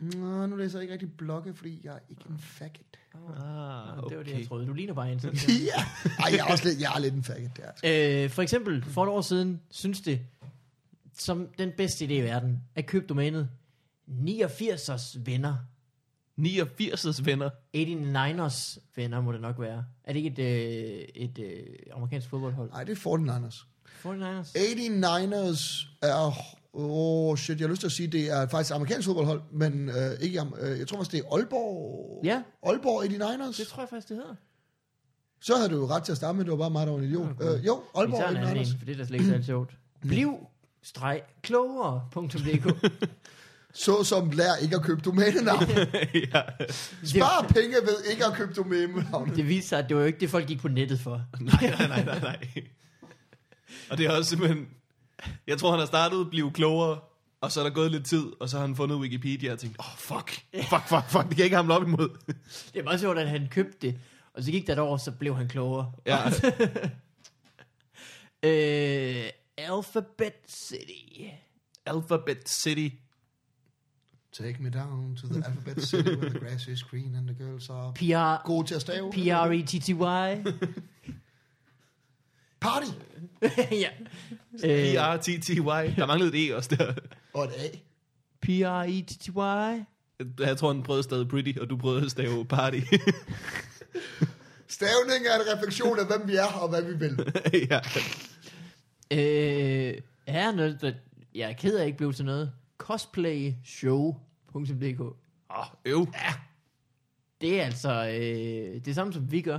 Nå,
Nå, nu læser jeg ikke rigtig blogge, fordi jeg er ikke en faggot.
Ah,
Det var det,
okay.
jeg troede. Du ligner bare en sådan. der.
ja, Ej, jeg er, også lidt, jeg er lidt en faggot, der.
Øh, for eksempel, for et år siden, synes det, som den bedste idé i verden, at købe domænet 89'ers venner.
89's venner.
89'ers venner må det nok være. Er det ikke et, øh, et øh, amerikansk fodboldhold?
Nej, det er Fortin Anders.
49ers?
89ers er... Åh, oh, shit, jeg har lyst til at sige, det er faktisk amerikansk fodboldhold, men øh, ikke, am- øh, jeg tror faktisk, det er Aalborg.
Ja.
Aalborg
Det
89ers.
tror jeg faktisk, det hedder.
Så havde du jo ret til at starte med, det var bare mig, der var en idiot.
Okay.
Øh, jo,
Vi tager en
Aalborg
anden
89ers.
en, for det er da slet ikke særlig sjovt. Bliv streg klogere.dk
Så som lær ikke at købe domænenavn.
ja.
Spar penge ved ikke at købe domænenavn.
Det viste sig, at det var jo ikke det, folk gik på nettet for.
Nej, nej, nej, nej, nej. Og det er også simpelthen... Jeg tror, han har startet blive klogere, og så er der gået lidt tid, og så har han fundet Wikipedia og tænkt, åh, oh, fuck, fuck, fuck, fuck, det kan jeg ikke hamle op imod.
Det er meget sjovt, at han købte det, og så gik der et år, så blev han klogere.
Ja.
Øh, Alphabet City.
Alphabet City.
Take me down to the alphabet city where the grass is green and the girls are
PR,
gode til at stave.
E P-R-E-T-T-Y.
Party!
ja. Øh,
P-R-T-T-Y. Der manglede et E også der.
Og et A.
E P-R-E-T-T-Y.
Jeg tror, han prøvede at stave pretty, og du prøvede at stave party.
Stavning er en refleksion af, hvem vi er og hvad vi vil.
ja.
Øh, her er noget, der, jeg er ked af ikke blev til noget. Cosplayshow.dk
Åh, oh, øv.
Det er altså øh, det samme, som vi gør.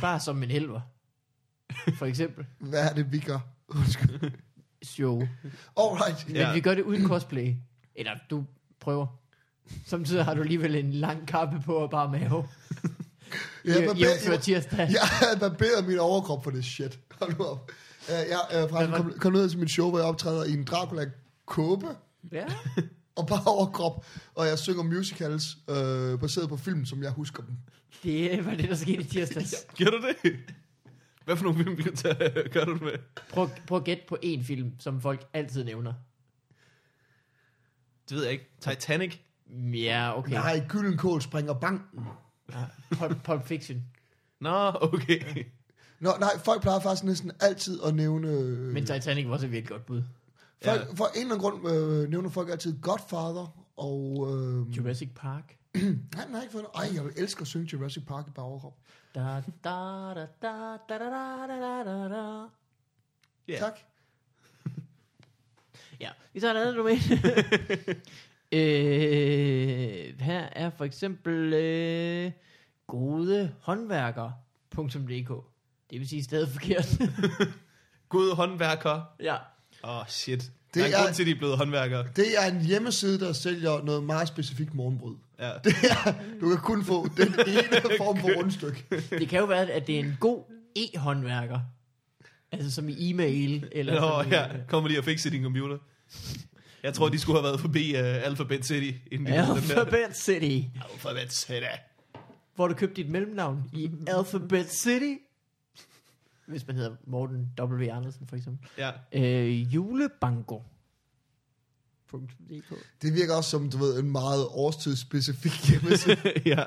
Bare som en helver. For eksempel
Hvad er det, vi gør? Undskyld.
show.
Alright.
Men
Ja.
vi gør det uden cosplay. Eller du prøver. Samtidig har du alligevel en lang kappe på og bare mave.
Ja,
Ja,
barber-
Jævnfør
jeg-
tirsdag.
Jeg havde barberet min overkrop for det shit. Hold nu op. Øh, Jeg er faktisk kom, kom ned til mit show, hvor jeg optræder i en Dracula-kåbe
Ja.
og bare overkrop, og jeg synger musicals øh, baseret på film, som jeg husker dem.
Det var det, der skete i tirsdags.
Gør du det? Hvad for nogle film vi kan tage, gør du det med?
Prøv, prøv at gætte på en film, som folk altid nævner.
Det ved jeg ikke. Titanic.
Ja, okay.
Nej, Gyllenkål springer banken.
Pulp, Pulp Fiction.
Nå, okay.
Nå, nej, folk plejer faktisk næsten altid at nævne... øh,
Men Titanic var også et virkelig godt bud.
folk,
Ja.
For en eller anden grund øh, nævner folk altid Godfather, og... Øh,
Jurassic Park.
nej, nej, ikke for, ej, jeg elsker at synge Jurassic Park i bare overkrop.
Da, da, da, da, da, da, da, da, da, da.
Ja.
Tak.
Ja, vi tager et andet domæne. øh, her er for eksempel øh, godehåndværker.dk. Det vil sige stadig forkert.
God håndværker.
ja.
Åh, oh, shit. Det
Det
der er en
er-
grund til, at de er blevet håndværkere.
Det er en hjemmeside, der sælger noget meget specifikt morgenbrød.
Ja.
Det er, du kan kun få den ene form for rundstykke.
Det kan jo være, at det er en god e-håndværker. Altså som i e-mail. Eller
Nå,
som i,
ja. Kommer lige og fikse din computer. Jeg tror, de skulle have været forbi uh, Alphabet City, inden de lavede den der.
Alphabet City.
Alphabet City.
Hvor du købte dit mellemnavn i Alphabet City. Hvis man hedder Morten W. Andersen for eksempel.
Ja.
Øh, julebanko. .dk.
Det virker også som, du ved, en meget årstidsspecifik hjemmeside.
ja.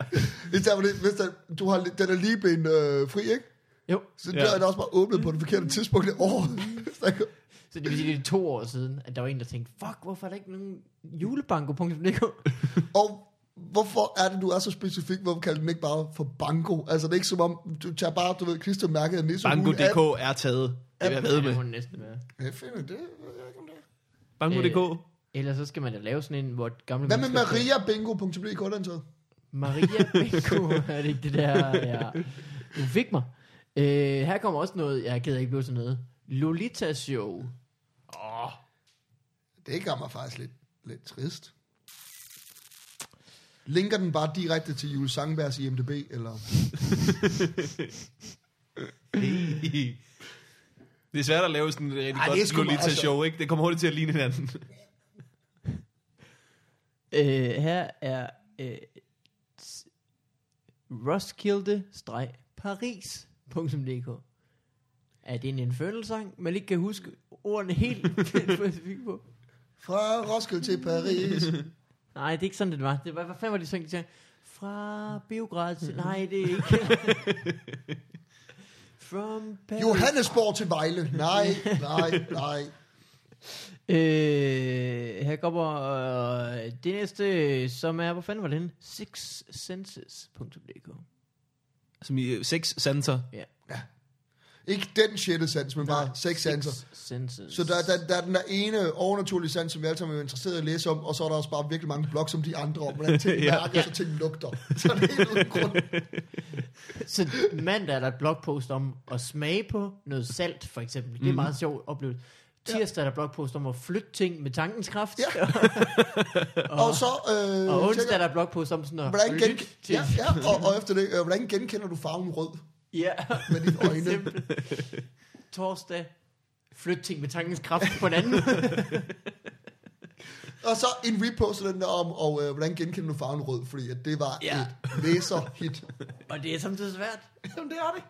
Hvis der, var det- hvis der, du har, den er lige blevet øh, fri, ikke?
Jo,
Så
Ja.
ja. der er den også bare åbnet på det forkerte tidspunkt i året. Så jeg kan-
så det vil sige, det er to år siden, at der var en, der tænkte, fuck, hvorfor er der ikke nogen julebanko.dk?
Og hvorfor er det, du er så specifik? Hvorfor kalder du den ikke bare for banko? Altså, det er ikke som om, du tager bare, du ved, klistermærket af Nisse.
Banko.dk er taget. Det vil jeg ved
Det må
med.
den næsten være.
Ja, finder det. ved jeg ikke, om det er.
Banko.dk.
Ellers så skal man da lave sådan en, hvor gamle
Hvad med
mennesker-
mariabingo.dk, den så?
Maria Benko, er det ikke det der? Ja. Du fik mig. Øh, her kommer også noget, jeg er ked af ikke blev til noget. Lolita Show.
Det gør mig faktisk lidt, lidt trist. Linker den bare direkte til Jules Sangbergs IMDB, eller...
Hey. Det er svært at lave sådan et rigtig
Ej, det
Ej,
er
godt
sgu meget
Lolita-show, ikke? Det kommer hurtigt til at ligne hinanden.
Øh, her er øh, s- Roskilde-paris.dk Er det en infernal-sang, man ikke kan huske ordene helt specifikt på?
Fra Roskilde til Paris.
Nej, det er ikke sådan, det var. Det var hvad fanden var det, sådan, de sagde? Fra Beograd til... Nej, det er ikke... From Paris.
Johannesborg til Vejle. Nej, nej, nej.
Øh, her kommer øh, det næste, som er, hvor fanden var den? Sixsenses.dk
Som i øh, seks sanser.
Ja.
Ikke den sjette sans, men bare seks sanser.
Senses.
Så der, der, der er den der ene overnaturlige sans, som vi alle sammen er interesseret i at læse om, og så er der også bare virkelig mange blogs som de andre om, hvordan ting
Ja.
mærker, så ting lugter. Så det er helt uden grund.
Så mandag er der et blogpost om at smage på noget salt, for eksempel. Det er
Mhm.
mm. meget sjovt oplevelse. Tirsdag er der blogpost om at flytte ting med tankens kraft.
Ja. Og så... Øh,
Og onsdag er
tænker-
der et blogpost om sådan at
Hvordan gen...
lytte til...
ja, ja, og, og efter det, øh, hvordan genkender du farven rød
ja.
med dine øjne?
Simpelthen. Torsdag, flytte ting med tankens kraft på den anden måde.
Og så en repost af den der om, og øh, hvordan genkender du farven rød, fordi at det var
Ja.
ja. et læserhit.
Og det er samtidig svært.
Jamen det er det.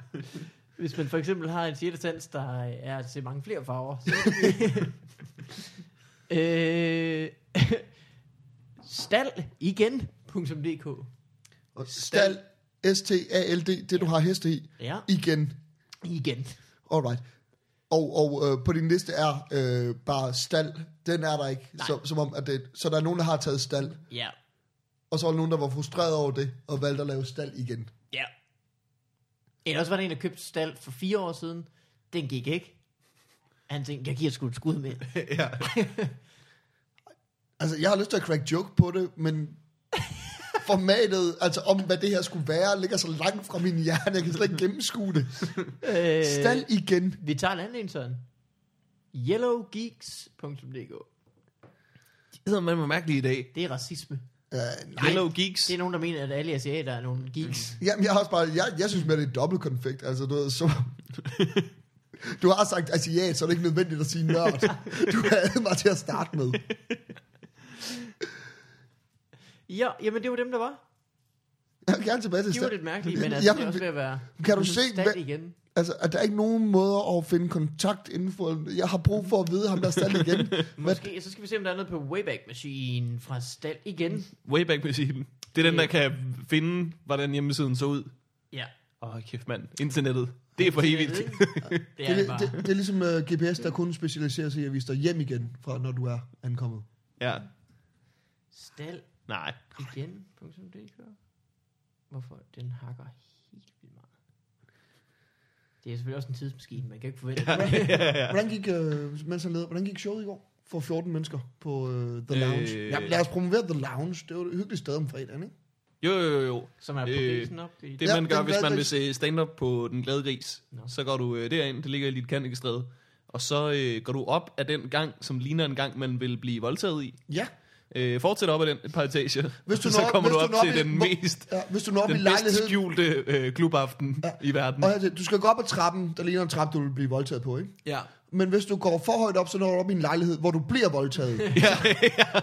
Hvis man for eksempel har en sjette sans, der er til mange flere farver. Så øh, stald igen.dk
Og Stal, S-T-A-L-D, det du har heste i,
Ja,
igen.
igen.
Alright. Og, og øh, på din liste er øh, bare stal. Den er der ikke.
Nej.
Så, som om, at det, så der er nogen, der har taget stal.
Ja,
Og så var der nogen, der var frustreret over det, og valgte at lave stal igen.
ja. Eller også var der en, der købte stald for fire år siden. Den gik ikke. Han tænkte, jeg giver sgu et skud med.
ja.
Altså, jeg har lyst til at crack joke på det, men formatet, altså om hvad det her skulle være, ligger så langt fra min hjerne, jeg kan slet ikke gennemskue det.
øh,
Stal igen.
Vi tager en anden en sådan. Yellowgeeks.dk
Det hedder man mærkeligt i dag.
Det er racisme.
Uh, nej.
Hello Geeks.
Det er nogen, der mener, at alle asiater er nogle geeks.
Jamen, jeg har også bare, jeg, jeg synes mere, det er et dobbelt konflikt. Altså, du ved, så... Du har sagt asiat, så er det ikke nødvendigt at sige nørd. Du havde mig til at starte med.
Ja, jamen det var dem, der var.
Jeg vil gerne tilbage til
Det var
stat.
lidt mærkeligt, men altså,
Jamen,
det er også ved at være
Kan du se,
stand
hvad-
igen.
Altså, at der er ikke nogen måder at finde kontakt inden for... Jeg har brug for at vide ham, der er stat igen. Hvad,
Måske, så skal vi se, om der er noget på Wayback Machine fra Stald igen.
Wayback-maskinen. Det er den, der kan finde, hvordan hjemmesiden så ud.
Ja,
Åh, oh, kæft mand. Internettet. Det er for evigt.
Det er det
det,
bare.
det, det, er ligesom uh, GPS, der kun specialiserer sig i at vise dig hjem igen, fra når du er ankommet.
Ja.
Stald
Nej.
igen.dk Hvorfor? Den hakker helt vildt meget. Det er selvfølgelig også en tidsmaskine, man kan ikke forvente.
øh, Hvordan gik, uh, mens han leder, hvordan gik showet i går? for 14 mennesker på øh, The Lounge.
Øh.
Øh. Jamen, lad os promovere The Lounge. Det var et hyggeligt sted om fredagen, ikke?
Jo, jo, jo, jo.
Som er på
Øh,
prisen op. Det,
Det
Ja,
man gør,
den
hvis
glade
man vil
gris.
se stand-up på Den Glade Gris,
Nå.
så går du øh, derind, det ligger i dit kandikestræde, og så øh, går du op af den gang, som ligner en gang, man vil blive voldtaget i.
Ja.
Øh, fortsæt op ad den et par etager,
Hvis du
så
når-
kommer
hvis
du op
du når
til
op i-
den
hvor-
mest
ja hvis du når op i
den bedst
lejligheden...
skjulte øh, klubaften ja. i verden.
Og hør til, du skal gå op ad trappen, der ligner en trappe, du vil blive voldtaget på, ikke?
Ja.
Men hvis du går for højt op, så når du op i en lejlighed, hvor du bliver voldtaget.
ja,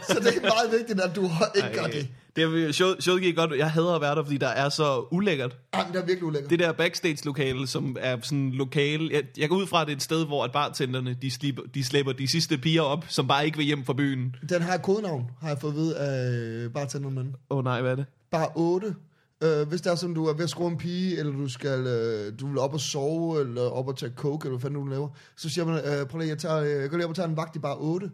så det er meget vigtigt, at du ikke gør det.
Øh, det er, showet, showet gik godt. Jeg hader at være der, fordi der er så ulækkert.
Ej, men det er virkelig ulækkert.
Det der backstage-lokale, som er sådan en lokale... Jeg, jeg går ud fra, at det er et sted, hvor at bartenderne, de, slipper, de slæber de sidste piger op, som bare ikke vil hjem fra byen.
Den har et kodenavn, har jeg fået at vide af bartenderen. mand.
Åh oh, nej, hvad er det?
Bare 8. Øh, hvis det er sådan, du er ved at skrue en pige, eller du skal øh, du vil op og sove, eller op og tage coke, eller hvad fanden du laver, så siger man, øh, prøv lige, jeg, tager, øh, jeg går lige op og tager en vagt i bare 8.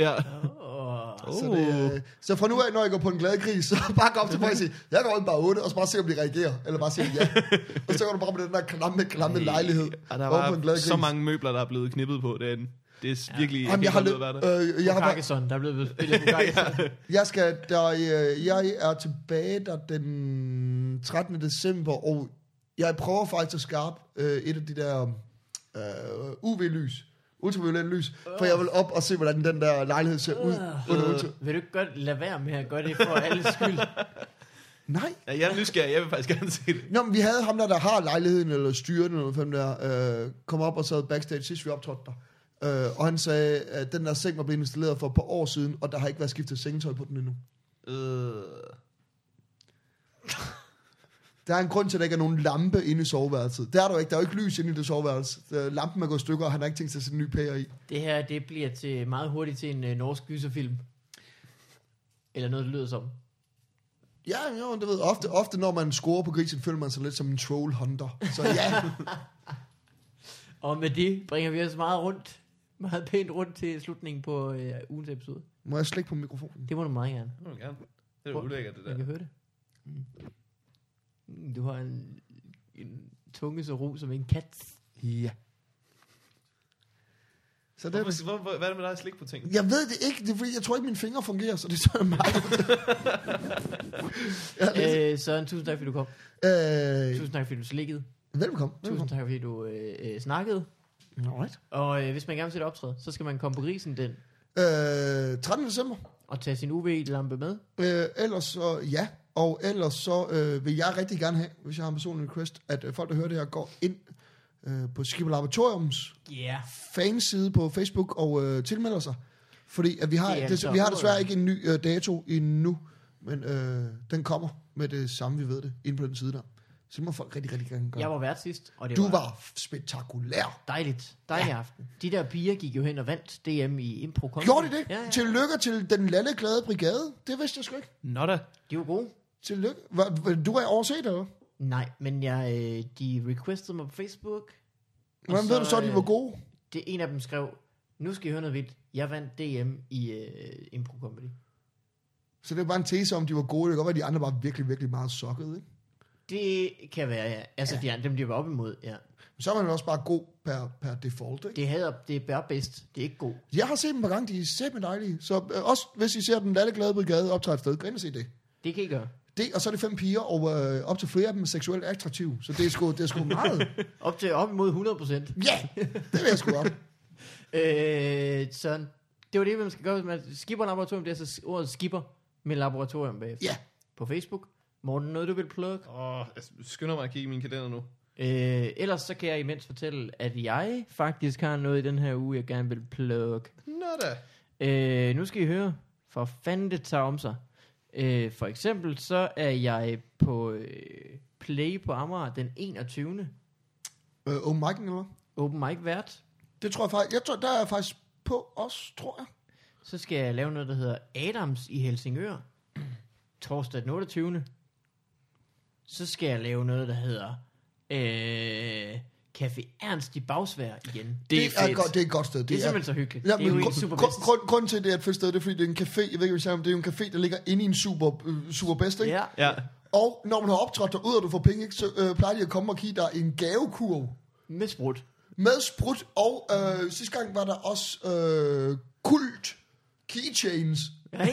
Ja.
oh,
Så, det, øh, så fra nu af, når jeg går på en glad gris, så bare gå op til folk og sige, jeg går ikke bare 8, og så bare se, om de reagerer, eller bare sige ja. og så går du bare med den der klamme, klamme lejlighed
Og der
over på
var
en glad gris.
så mange møbler, der er blevet knippet på den. Det er virkelig... Ja.
Jamen, jeg, har
løbet
løbet,
der.
øh, jeg, har, været-
Kakesson, der er blevet spillet på Kakesson.
Jeg skal der, øh, jeg er tilbage der den 13. december, og jeg prøver faktisk at skarpe øh, et af de der øh, UV-lys, ultraviolet lys, for jeg vil op og se, hvordan den der lejlighed ser ud. Under ultra.
Vil du ikke godt lade være med at gøre det for alles skyld?
Nej.
Ja, jeg er nysgerrig. Jeg vil faktisk gerne se det.
Nå, men vi havde ham der, der har lejligheden, eller styrer den, eller hvem der, øh, kom op og sad backstage, sidst vi optrådte der. Øh, og han sagde, at den der seng var blevet installeret for et par år siden, og der har ikke været skiftet sengetøj på den endnu.
Øh.
Der er en grund til, at der ikke er nogen lampe inde i soveværelset. Der er der jo ikke. Der er jo ikke lys inde i det soveværelse. Øh, Lampen er gået i stykker, og han har ikke tænkt sig at sætte en ny pære i.
Det her, det bliver til meget hurtigt til en øh, norsk gyserfilm. Eller noget, det lyder som.
Ja, jo, det ved jeg. ofte, ofte når man scorer på grisen, føler man sig lidt som en troll hunter. Så ja,
Og med det bringer vi os meget rundt, meget pænt rundt til slutningen på øh, ugens episode.
må jeg slikke på mikrofonen?
Det må du meget gerne.
Det må du gerne. Det er jo ulækkert, det
Jeg
der.
kan høre det. Mm. Du har en, en tunge så ro som en kat.
Ja. Så det,
Hvorfor, hvor, hvor, hvad er det med dig slik på ting?
jeg ved det ikke, det er, fordi jeg tror ikke, mine fingre fungerer, så det er så meget. ja, det,
Øh, Søren, tusind tak, fordi du kom.
øh,
Tusind tak, fordi du slikkede.
velkommen.
Tusind
velkommen.
tak, fordi du øh, øh, snakkede.
Alright.
Og øh, hvis man gerne vil se et optræde, så skal man komme på grisen den
Øh, 13. december.
og tage sin UV-lampe med.
Øh, ellers så, ja. Og ellers så øh, vil jeg rigtig gerne have, hvis jeg har en personlig request, at øh, folk, der hører det her, går ind øh, på Skibber Laboratoriums
Ja.
fanside på Facebook og øh, tilmelder sig. Fordi at vi, har,
Det er
det
altså
vi har
ordet.
desværre ikke en ny øh, dato endnu, men øh, den kommer med det samme, vi ved det, ind på den side der. Så det må folk rigtig, rigtig gerne gøre.
Jeg var vært sidst, og det
du
var,
var spektakulær.
dejligt. Dejlig ja. aften. De der piger gik jo hen og vandt DM i impro -kongen.
Gjorde de det?
Ja, ja.
Tillykke til den lalle glade brigade. Det vidste jeg sgu ikke.
Nå da.
De var gode.
Tillykke. Hva, hva, du er overset, eller hvad?
Nej, men jeg, øh, de requestede mig på Facebook. og
Hvordan ved du så, at de
øh,
var gode?
Det, en af dem skrev, nu skal I høre noget vildt. Jeg vandt DM i øh, impro comedy.
Så det er bare en tese om, de var gode. Det kan godt være, at de andre var virkelig, virkelig meget sokket, ikke?
Det kan være, ja. Altså, ja. De, andre- dem de var op imod, ja.
Men så er man jo også bare god per, per default, ikke?
Det, hader, det er bare bedst. Det er ikke god.
Jeg har set dem på gang, de er sæt dejlige. Så øh, også hvis I ser den lalle glade brigade optræde et sted, gå ind og se det.
Det kan I gøre.
det og så er det fem piger, og øh, op til flere af dem er seksuelt attraktive. Så det er sgu, det er sgu meget.
Op til op imod 100 procent.
Ja, det vil jeg sgu op.
Øh, sådan. Det var det, man skal gøre, hvis man skipper laboratorium. Det er altså ordet skipper med laboratorium bagefter.
Ja.
På Facebook. Morten, noget du vil plukke?
Åh, jeg skynder mig at kigge i min kalender nu.
Øh, ellers så kan jeg imens fortælle, at jeg faktisk har noget i den her uge, jeg gerne vil plukke.
Nå da.
Øh, nu skal I høre, for fanden det tager om sig. Øh, for eksempel så er jeg på øh, Play på Amager den 21.
Øh, oh Mike'en, eller hvad?
Open mic vært.
Det tror jeg faktisk. Jeg tror, der er jeg faktisk på os, tror jeg.
Så skal jeg lave noget, der hedder Adams i Helsingør. Torsdag den 28. Så skal jeg lave noget, der hedder øh, Café Ernst i Bagsvær igen. Det,
Det er, godt, det er et godt sted.
det er simpelthen så hyggeligt.
Ja,
det er jo
men
helt
gru-
super
gru- grund, grunden til, at det er et fedt sted, det er, fordi det er en café. Jeg ved ikke, om jeg det er jo en café, der ligger inde i en super, øh, super bedst, ikke?
Ja,
Ja.
Og når man har optrådt derude, og du får penge, ikke, så øh, plejer de at komme og give dig en gavekurv
med sprut.
med sprut. Og øh, sidste gang var der også øh, kult keychains.
Ej,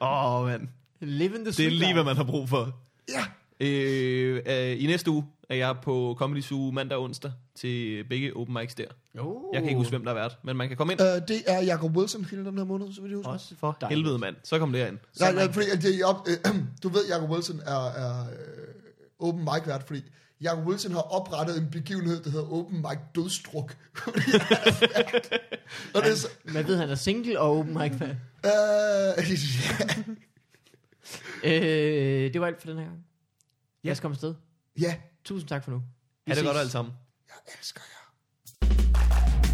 Åh, oh, mand.
live in the
Det er
sweet
lige,
life.
hvad man har brug for.
Ja,
Øh, øh, I næste uge er jeg på Comedy Zoo mandag og onsdag til begge open mics der.
Oh.
Jeg kan ikke huske, hvem der er vært, men man kan komme ind.
øh, det er Jacob Wilson hele den her måned, så vil jeg huske.
Også for
Uh, Helvede, mand. Så kom derind.
Nej, nej, fordi at det er op, øh, du ved, Jacob Wilson er, er øh, open mic vært, fordi Jacob Wilson har oprettet en begivenhed, der hedder Open Mic Dødstruk. Fordi han er vært. og det er så,
Man ved, han er single og open mic fan.
øh, ja,
Øh, det var alt for den her gang. Lad os komme afsted.
ja,
Tusind tak for nu. Vi
Ha' det
ses.
godt alle sammen.
jeg elsker jer.